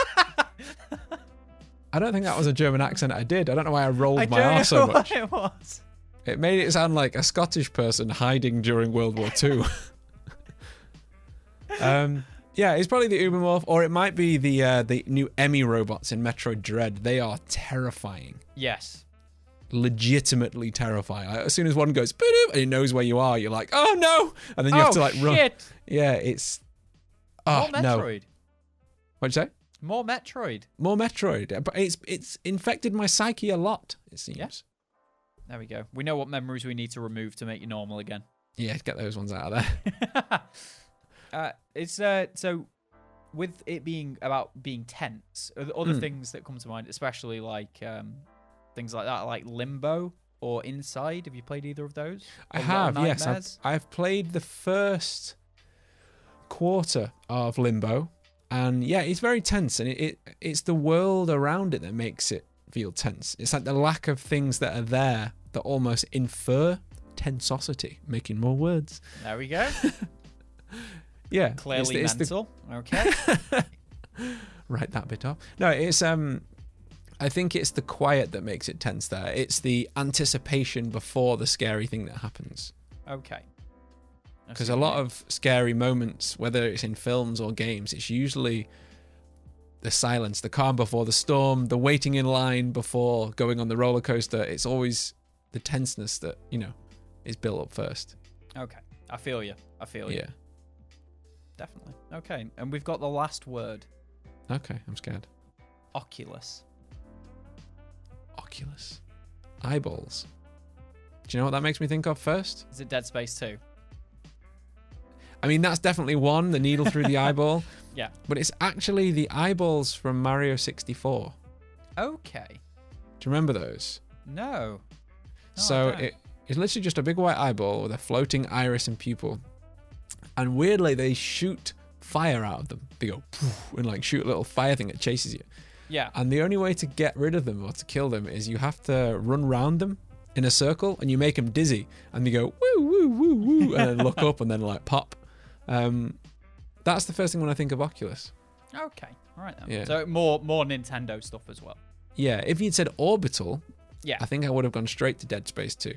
B: I don't think that was a German accent I did. I don't know why I rolled
A: I
B: my
A: don't know
B: R so much.
A: what it was.
B: It made it sound like a Scottish person hiding during World War II. *laughs* um, yeah, it's probably the Ubermorph, or it might be the uh, the new Emmy robots in Metroid Dread. They are terrifying,
A: Yes.
B: legitimately terrifying. Like, as soon as one goes boop and it knows where you are, you're like, oh no, and then you
A: oh,
B: have to like
A: shit.
B: run. Yeah, it's oh
A: More
B: no.
A: Metroid.
B: What'd you say?
A: More Metroid.
B: More Metroid, but it's it's infected my psyche a lot. It seems.
A: Yeah. There we go. We know what memories we need to remove to make you normal again.
B: yeah get those ones out of there.
A: *laughs* uh, it's uh, so with it being about being tense. Other other
B: Mm.
A: things that come to mind, especially like um, things like that, like Limbo or Inside. Have you played either of those?
B: I
A: Or
B: have,
A: Little
B: yes. I've,
A: Nightmares?
B: I've played the first quarter of Limbo, and yeah, it's very tense, and it, it it's the world around it that makes it feel tense. It's like the lack of things that are there that almost infer tensosity, making more words.
A: There we
B: *laughs*
A: go.
B: Yeah, it's
A: Clearly
B: the- it's the-
A: mental. Okay.
B: write that bit off. No, it's um I think it's the quiet that makes it tense there. It's the anticipation before the scary thing that happens.
A: Okay.
B: *laughs*
A: I
B: Because
A: see
B: a
A: what
B: lot
A: you-
B: of scary moments, whether it's in films or games, it's usually the silence, the calm before the storm, the waiting in line before going on the roller coaster. It's always the tenseness that, you know, is built up first.
A: Okay. I feel you. I feel you.
B: Yeah.
A: Definitely. Okay. And we've got the last word
B: Okay, I'm scared.
A: Oculus.
B: Oculus. Eyeballs. Do you know what that makes me think of first?
A: Is it Dead Space 2?
B: I mean, that's definitely one, the needle through the eyeball.
A: Yeah.
B: But it's actually the eyeballs from Mario 64.
A: Okay.
B: Do you remember those?
A: No. Oh, No, I
B: so
A: don't.
B: it, it's literally just a big white eyeball with a floating iris and pupil. And weirdly, they shoot fire out of them. They go poof, and like shoot a little fire thing that chases you.
A: Yeah.
B: And the only way to get rid of them or to kill them is you have to run round them in a circle and you make them dizzy and they go woo woo woo woo and then look up and then like pop. Um, that's the first thing when I think of Oculus.
A: Okay. All right then.
B: Yeah.
A: So more more Nintendo stuff as well.
B: Yeah, if you'd said orbital,
A: Yeah.
B: I think I would have gone straight to Dead Space 2.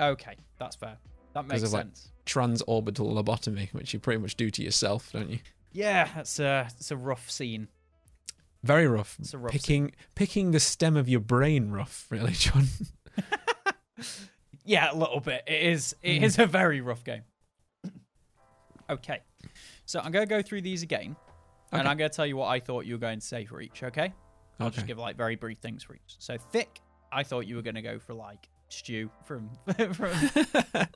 A: Okay. That's fair. That makes
B: of,
A: sense.
B: like- Transorbital lobotomy, which you pretty much do to yourself, don't you?
A: Yeah, that's a it's a rough scene.
B: Very rough.
A: It's a rough scene.
B: Picking picking the stem of your brain rough, *laughs* really, John.
A: Yeah, a little bit. It is
B: Hmm.
A: it is a very rough game. okay. So I'm gonna go through these again. And
B: Okay.
A: I'm gonna tell you what I thought you were going to say for each, okay? I'll just
B: Okay.
A: give like very brief things for each. So thick, I thought you were gonna go for like stew from *laughs*
B: *laughs*
A: from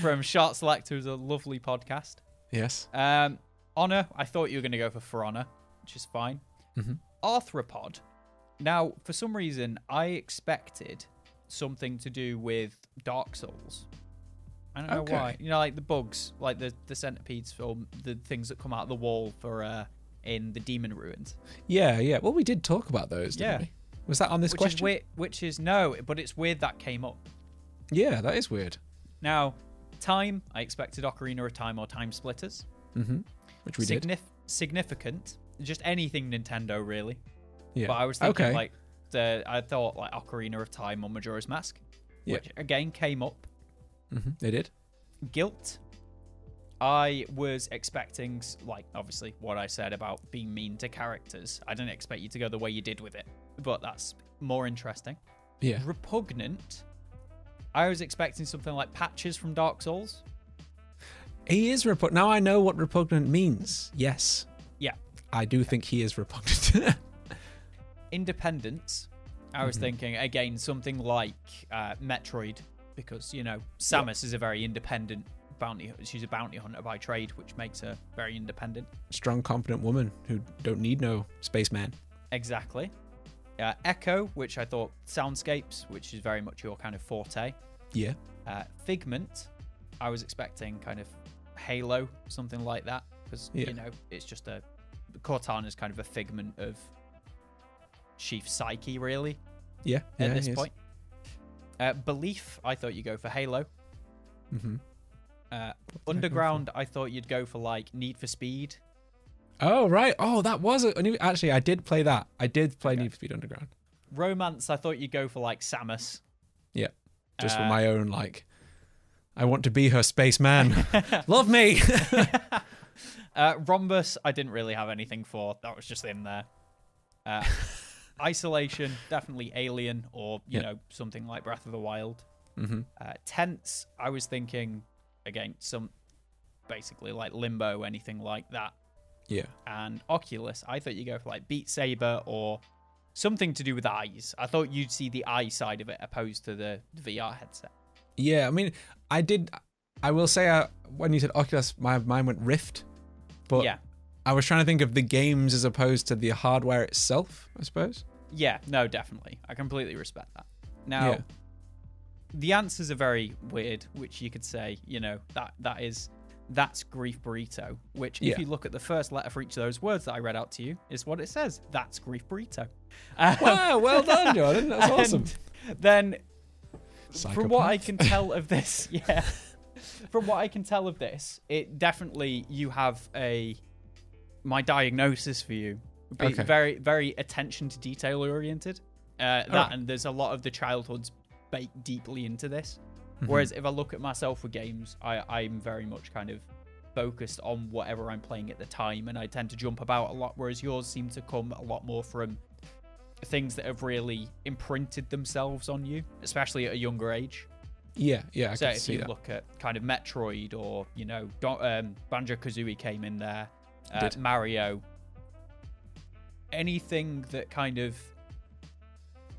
A: from Shot Select, who's a lovely podcast.
B: Yes.
A: Um, honor, I thought you were going to go for for honor, which is fine.
B: Mm-hmm.
A: Arthropod. Now, for some reason, I expected something to do with Dark Souls. I don't know
B: Okay.
A: why. You know, like the bugs, like the the centipedes, or the things that come out of the wall for uh, in the Demon Ruins.
B: Yeah, yeah. Well, we did talk about those, didn't
A: Yeah.
B: we? Was that on this
A: Which is
B: question?
A: weird. Which is no, but it's weird that came up.
B: Yeah, that is weird.
A: Now, time. I expected Ocarina of Time or Time Splitters.
B: Which we did.
A: Signif- significant. Just anything Nintendo, really.
B: Yeah.
A: But I was thinking
B: okay.
A: like the I thought like Ocarina of Time or Majora's Mask,
B: Yeah.
A: which again came up.
B: Mhm, They did.
A: Guilt. I was expecting s- like obviously what I said about being mean to characters. I didn't expect you to go the way you did with it, but that's more interesting.
B: Yeah.
A: Repugnant. I was expecting something like patches from Dark Souls.
B: He is repugnant. Now I know what repugnant means. Yes.
A: Yeah.
B: I do think he is repugnant. *laughs*
A: Independence. I was thinking again something like uh, Metroid because you know Samus is a very independent bounty. She's a bounty hunter by trade, which makes her very independent.
B: Strong, confident woman who don't need no spaceman.
A: Exactly. Uh, Echo, which I thought soundscapes, which is very much your kind of forte.
B: Yeah.
A: Uh, Figment, I was expecting kind of Halo, something like that, because
B: Yeah.
A: you know it's just a Cortana is kind of a figment of Chief Psyche, really.
B: Yeah.
A: at
B: yeah,
A: this
B: he is.
A: point. Uh, belief, I thought you'd go for Halo.
B: Mhm.
A: Uh, Underground, I thought you'd go for like Need for Speed.
B: Oh right. Oh, that was a, new- actually I did play that. I did play Need for Speed Underground.
A: Romance, I thought you'd go for like Samus.
B: Yeah. Just for
A: Uh,
B: my own like. I want to be
A: *laughs*
B: her spaceman. Love me.
A: Uh, Rhombus, I didn't really have anything for. That was just in there.
B: *laughs*
A: Uh, isolation, definitely Alien or, you
B: Yeah.
A: know, something like Breath of the Wild.
B: Mhm.
A: Uh, tense, I was thinking, again, some basically like Limbo, anything like that.
B: yeah.
A: and Oculus, I thought you'd go for like Beat Saber or something to do with eyes. I thought you'd see the eye side of it opposed to the VR headset.
B: Yeah, I mean, I did. I will say, uh, when you said Oculus, my mind went Rift, but
A: yeah.
B: I was trying to think of the games as opposed to the hardware itself.
A: *laughs*
B: I suppose.
A: Yeah, no, definitely. I completely respect that. Now,
B: Yeah.
A: the answers are very weird, which you could say, you know, that that is that's grief burrito, which if
B: Yeah.
A: you look at the first letter for each of those words that I read out to you, is what it says. That's grief burrito.
B: Wow, Ah, well done, Jordan. That's awesome.
A: *laughs* And then from what I can tell of this, *laughs* yeah. from what I can tell of this, it definitely you have a my diagnosis for you be
B: Okay.
A: very very attention to detail oriented. Uh, that
B: Alright.
A: and there's a lot of the childhoods baked deeply into this. Whereas if I look at myself with games, I, I'm very much kind of focused on whatever I'm playing at the time, and I tend to jump about a lot. Whereas yours seem to come a lot more from things that have really imprinted themselves on you, especially at a younger age.
B: Yeah, yeah, I
A: So
B: can
A: if
B: see
A: you
B: that.
A: look at kind of Metroid or you know Don- um, Banjo Kazooie came in there, uh,
B: Did.
A: Mario, anything that kind of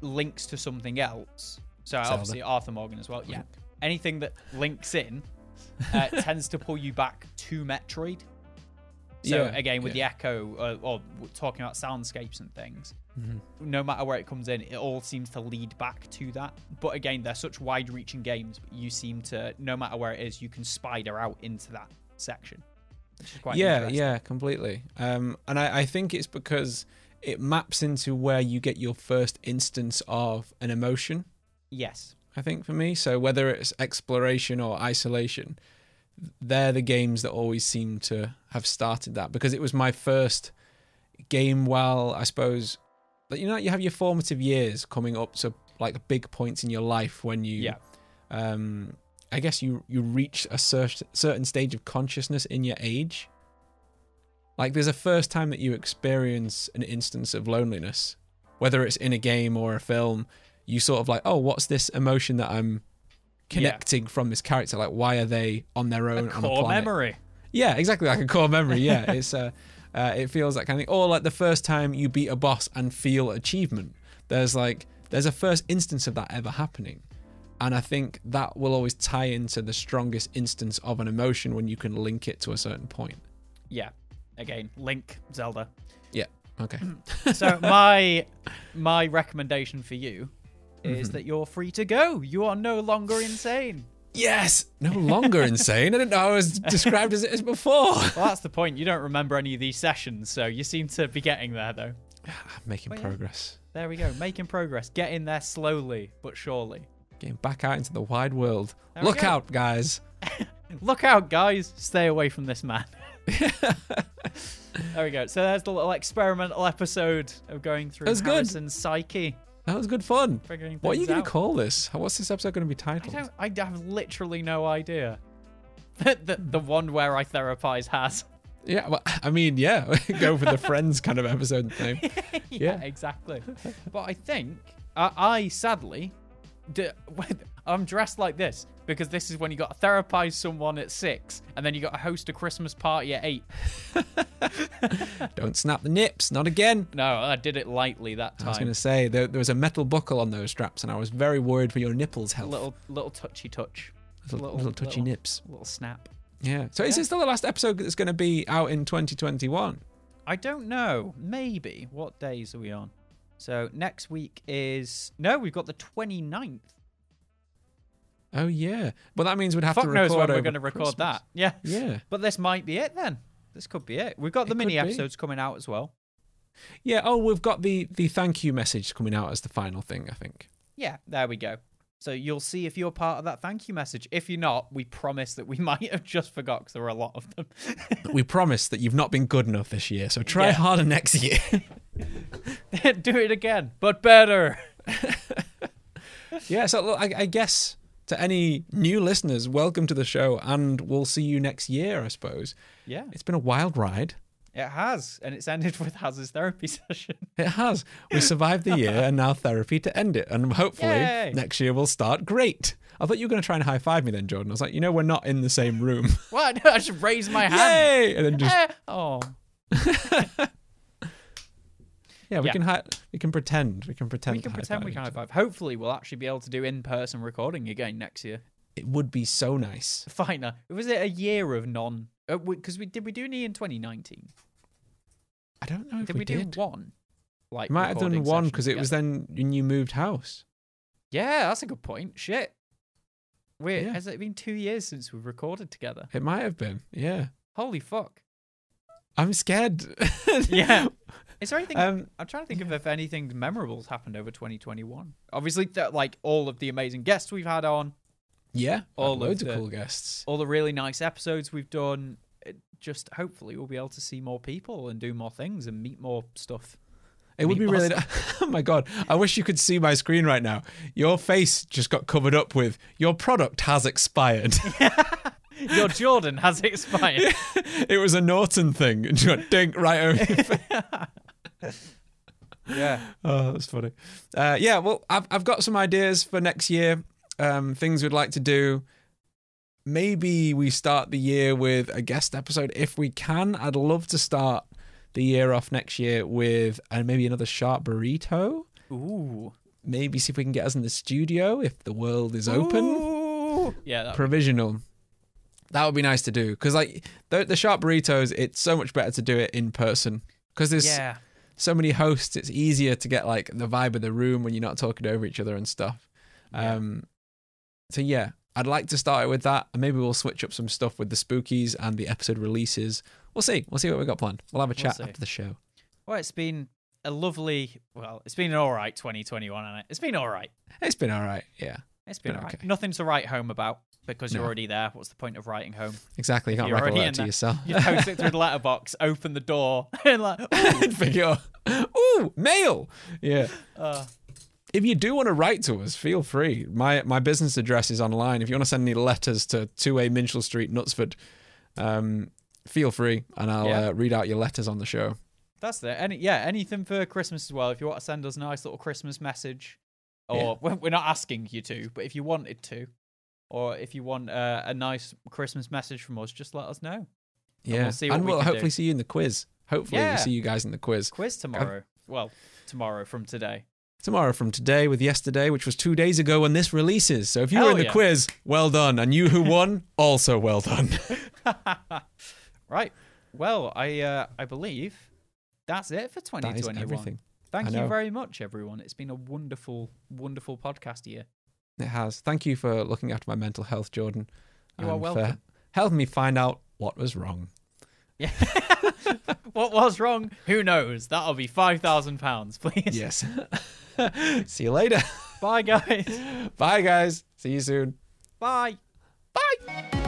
A: links to something else. So
B: Zelda.
A: obviously Arthur Morgan as well. Yeah, anything that links
B: *laughs*
A: in uh, tends to pull you back to Metroid. So
B: Yeah,
A: again, with
B: yeah.
A: the echo uh, or w- talking about soundscapes and things, no matter where it comes in, it all seems to lead back to that. But again, they're such wide-reaching games. But you seem to, no matter where it is, you can spider out into that section, which is quite
B: yeah,
A: interesting.
B: yeah, completely. Um, and I, I think it's because it maps into where you get your first instance of an emotion.
A: yes,
B: I think for me, so whether it's exploration or isolation, they're the games that always seem to have started that because it was my first game. While I suppose, but you know, you have your formative years coming up to like big points in your life when you
A: yeah,
B: um, I guess you you reach a cer- certain stage of consciousness in your age. Like there's a first time that you experience an instance of loneliness, whether it's in a game or a film. You sort of like, oh, what's this emotion that I'm connecting from this character? Like, why are they on their own? on a
A: core
B: planet?
A: memory.
B: Yeah, exactly. Like a core
A: *laughs*
B: memory. Yeah, it's uh, uh, it feels that kind of thing. Or like the first time you beat a boss and feel achievement. There's like there's a first instance of that ever happening, and I think that will always tie into the strongest instance of an emotion when you can link it to a certain point.
A: Yeah, again, Link,
B: *laughs*
A: Zelda.
B: Yeah. Okay.
A: Hmm. So my my recommendation for you is
B: Mm-hmm.
A: that you're free to go. You are no longer insane.
B: yes.
A: *laughs*
B: No longer insane. I didn't know I was described as it is before. *sighs*
A: Well, that's the point. You don't remember any of these sessions, so you seem to be getting there though.
B: I'm making
A: yeah.
B: progress.
A: There we go, making progress. Get in there slowly but surely.
B: Getting back out into the wide world.
A: we
B: Look
A: go.
B: out, guys.
A: Look out, guys! Stay away from this man. *laughs* there we go. So there's the little experimental episode of going through
B: That's good.
A: Harrison's psyche,
B: That was good fun.
A: figuring
B: What are you
A: things
B: going
A: out.
B: to call this? How- What's this episode going to be
A: I
B: titled?
A: don't. I d- have literally no idea. *laughs* the, the, the one where I therapize has. *laughs*
B: Yeah, well, *laughs* I mean, yeah, go for the friends kind of episode name.
A: *laughs* yeah,
B: Yeah.
A: exactly. But I think I, I sadly, d- *laughs* when I'm dressed like this because this is when you got to therapize someone at six, and then you got to host a Christmas party at eight.
B: Don't snap the nips, not again.
A: No, I did it lightly that
B: I was
A: time.
B: going to say there, there was a metal buckle on those straps, and I was very worried for your nipples health.
A: little little touchy touch,
B: little,
A: little-
B: little touchy
A: little-
B: nips.
A: little snap.
B: Yeah. So is this still the last episode that's going to be out in 2021?
A: I don't know. Maybe. What days are we on? So next week is no, we've got the 29th.
B: Oh yeah. Well, that means we'd have
A: Fuck
B: to
A: knows
B: record.
A: when we're
B: over
A: going to record
B: Christmas.
A: that. Yeah.
B: Yeah.
A: *laughs* But this might be it then. This could be it. We've got the
B: It could
A: mini
B: be.
A: episodes coming out as well.
B: Yeah. Oh, we've got the the thank you message coming out as the final thing. I think.
A: Yeah, there we go. So you'll see if you're part of that thank you message. If you're not, we promise that we *laughs* might have just forgot because there were a lot of them. *laughs*
B: we promise that you've not been good enough this year, so try
A: Yeah.
B: harder next year. *laughs*
A: Do it again, but better.
B: Yeah, so look, I, I guess to any new listeners, welcome to the show, and we'll see you next year, I suppose.
A: Yeah,
B: It's been a wild ride.
A: it has, and it's ended with Haz's therapy *laughs* session.
B: It has. We survived
A: *laughs*
B: the year, and now therapy to end it. And hopefully
A: Yay.
B: next year we'll start great. I thought you were going to try and high five me then, Jordan. I was like, you know, we're not in the same room.
A: What? *laughs* I should raise my hand.
B: Yay! And then just
A: Eh, Oh,
B: yeah, we
A: Yeah.
B: can hi- we can pretend we can pretend
A: we can
B: to
A: pretend we can
B: high-five each
A: high
B: other.
A: five. Hopefully, we'll actually be able to do in person recording again next year.
B: It would be so nice.
A: Finer. Was it a year of non? Because we did we do any in 2019?
B: I don't know if
A: Did we, do one? Like
B: Might have done
A: recording
B: one
A: session
B: because it was
A: together?
B: then when you moved house.
A: Yeah, that's a good point. Shit. Wait,
B: Yeah.
A: has it been two years since we've recorded together?
B: It might have been. Yeah,
A: Holy
B: *laughs*
A: fuck.
B: I'm scared. *laughs*
A: Yeah. Is there anything?
B: Um,
A: I'm trying to think of if anything memorable's happened over 2021. Obviously, th- like all of the amazing guests we've had on,
B: Yeah,
A: All of
B: loads of,
A: the-
B: cool guests.
A: all the really nice episodes we've done. it just hopefully we'll be able to see more people and do more things and meet more
B: *laughs*
A: stuff.
B: It would be
A: Meatballs.
B: really. *laughs* Oh my god! I wish you could see my screen right now. Your face just got covered up with your product has expired. *laughs*
A: Your Jordan has expired.
B: it was a Norton thing, *laughs* and you got dink right over. your face.
A: yeah.
B: Oh, that's funny. Uh, yeah, well, I've I've got some ideas for next year. Um, things we'd like to do. Maybe we start the year with a guest episode if we can. I'd love to start the year off next year with and maybe another sharp burrito.
A: Ooh.
B: Maybe see if we can get us in the studio if the world is open.
A: Ooh. Yeah. That,
B: provisional. That would be nice to do because like the, the sharp burritos, it's so much better to do it in person because there's
A: yeah.
B: so many hosts. It's easier to get like the vibe of the room when you're not talking over each other and stuff.
A: Yeah.
B: Um, so yeah, I'd like to start it with that, and maybe we'll switch up some stuff with the spookies and the episode releases. We'll see. We'll see what we got planned. We'll have a
A: We'll
B: chat
A: see.
B: after the show.
A: Well, it's been a lovely. Well, it's been an all right 2021, hasn't it? It's been all right.
B: It's been all right. Yeah,
A: It's been,
B: Been
A: all right.
B: okay.
A: Nothing to write home about because you're
B: No.
A: already there. What's the point of writing
B: *laughs*
A: home?
B: exactly. You can't
A: You're
B: write a
A: already
B: letter
A: in
B: to
A: that.
B: yourself. *laughs*
A: You post it through the letterbox, open the door, *laughs* and like, ooh, *laughs*
B: Figure. Ooh, mail. Yeah.
A: uh,
B: if you do want to write to us, feel free. My my business address is online. If you want to send me letters to 2A Minchell Street, Knutsford, um, feel free, and I'll
A: Yeah.
B: uh, read out your letters on the show.
A: that's it. Any, yeah, anything for Christmas as well. If you want to send us a nice little Christmas message, or we're- we're not asking you to, but if you wanted to, or if you want uh, a nice Christmas message from us, just let us know.
B: Yeah,
A: we'll see what we can
B: hopefully
A: do.
B: see you in the quiz. Hopefully,
A: Yeah.
B: we'll see you guys in the quiz
A: Quiz tomorrow. well, tomorrow from today. *laughs*
B: tomorrow from today with yesterday, which was two days ago when this releases. So if you were
A: Hell
B: in the
A: yeah.
B: quiz, well done, and you who
A: *laughs*
B: won, also well done. *laughs*
A: right. Well, I uh, I believe that's it for
B: that is
A: 2021.
B: everything.
A: Thank
B: I
A: you
B: know.
A: very much, everyone. It's been a wonderful, wonderful podcast year.
B: It has. Thank you for looking after my mental health, Jordan.
A: You are
B: and for
A: welcome.
B: helping me find out what was wrong.
A: What was wrong? Who knows? That'll be five thousand pounds, *laughs* please.
B: Yes. *laughs* See you later.
A: Bye, guys.
B: Bye, guys. See you soon.
A: Bye.
B: Bye.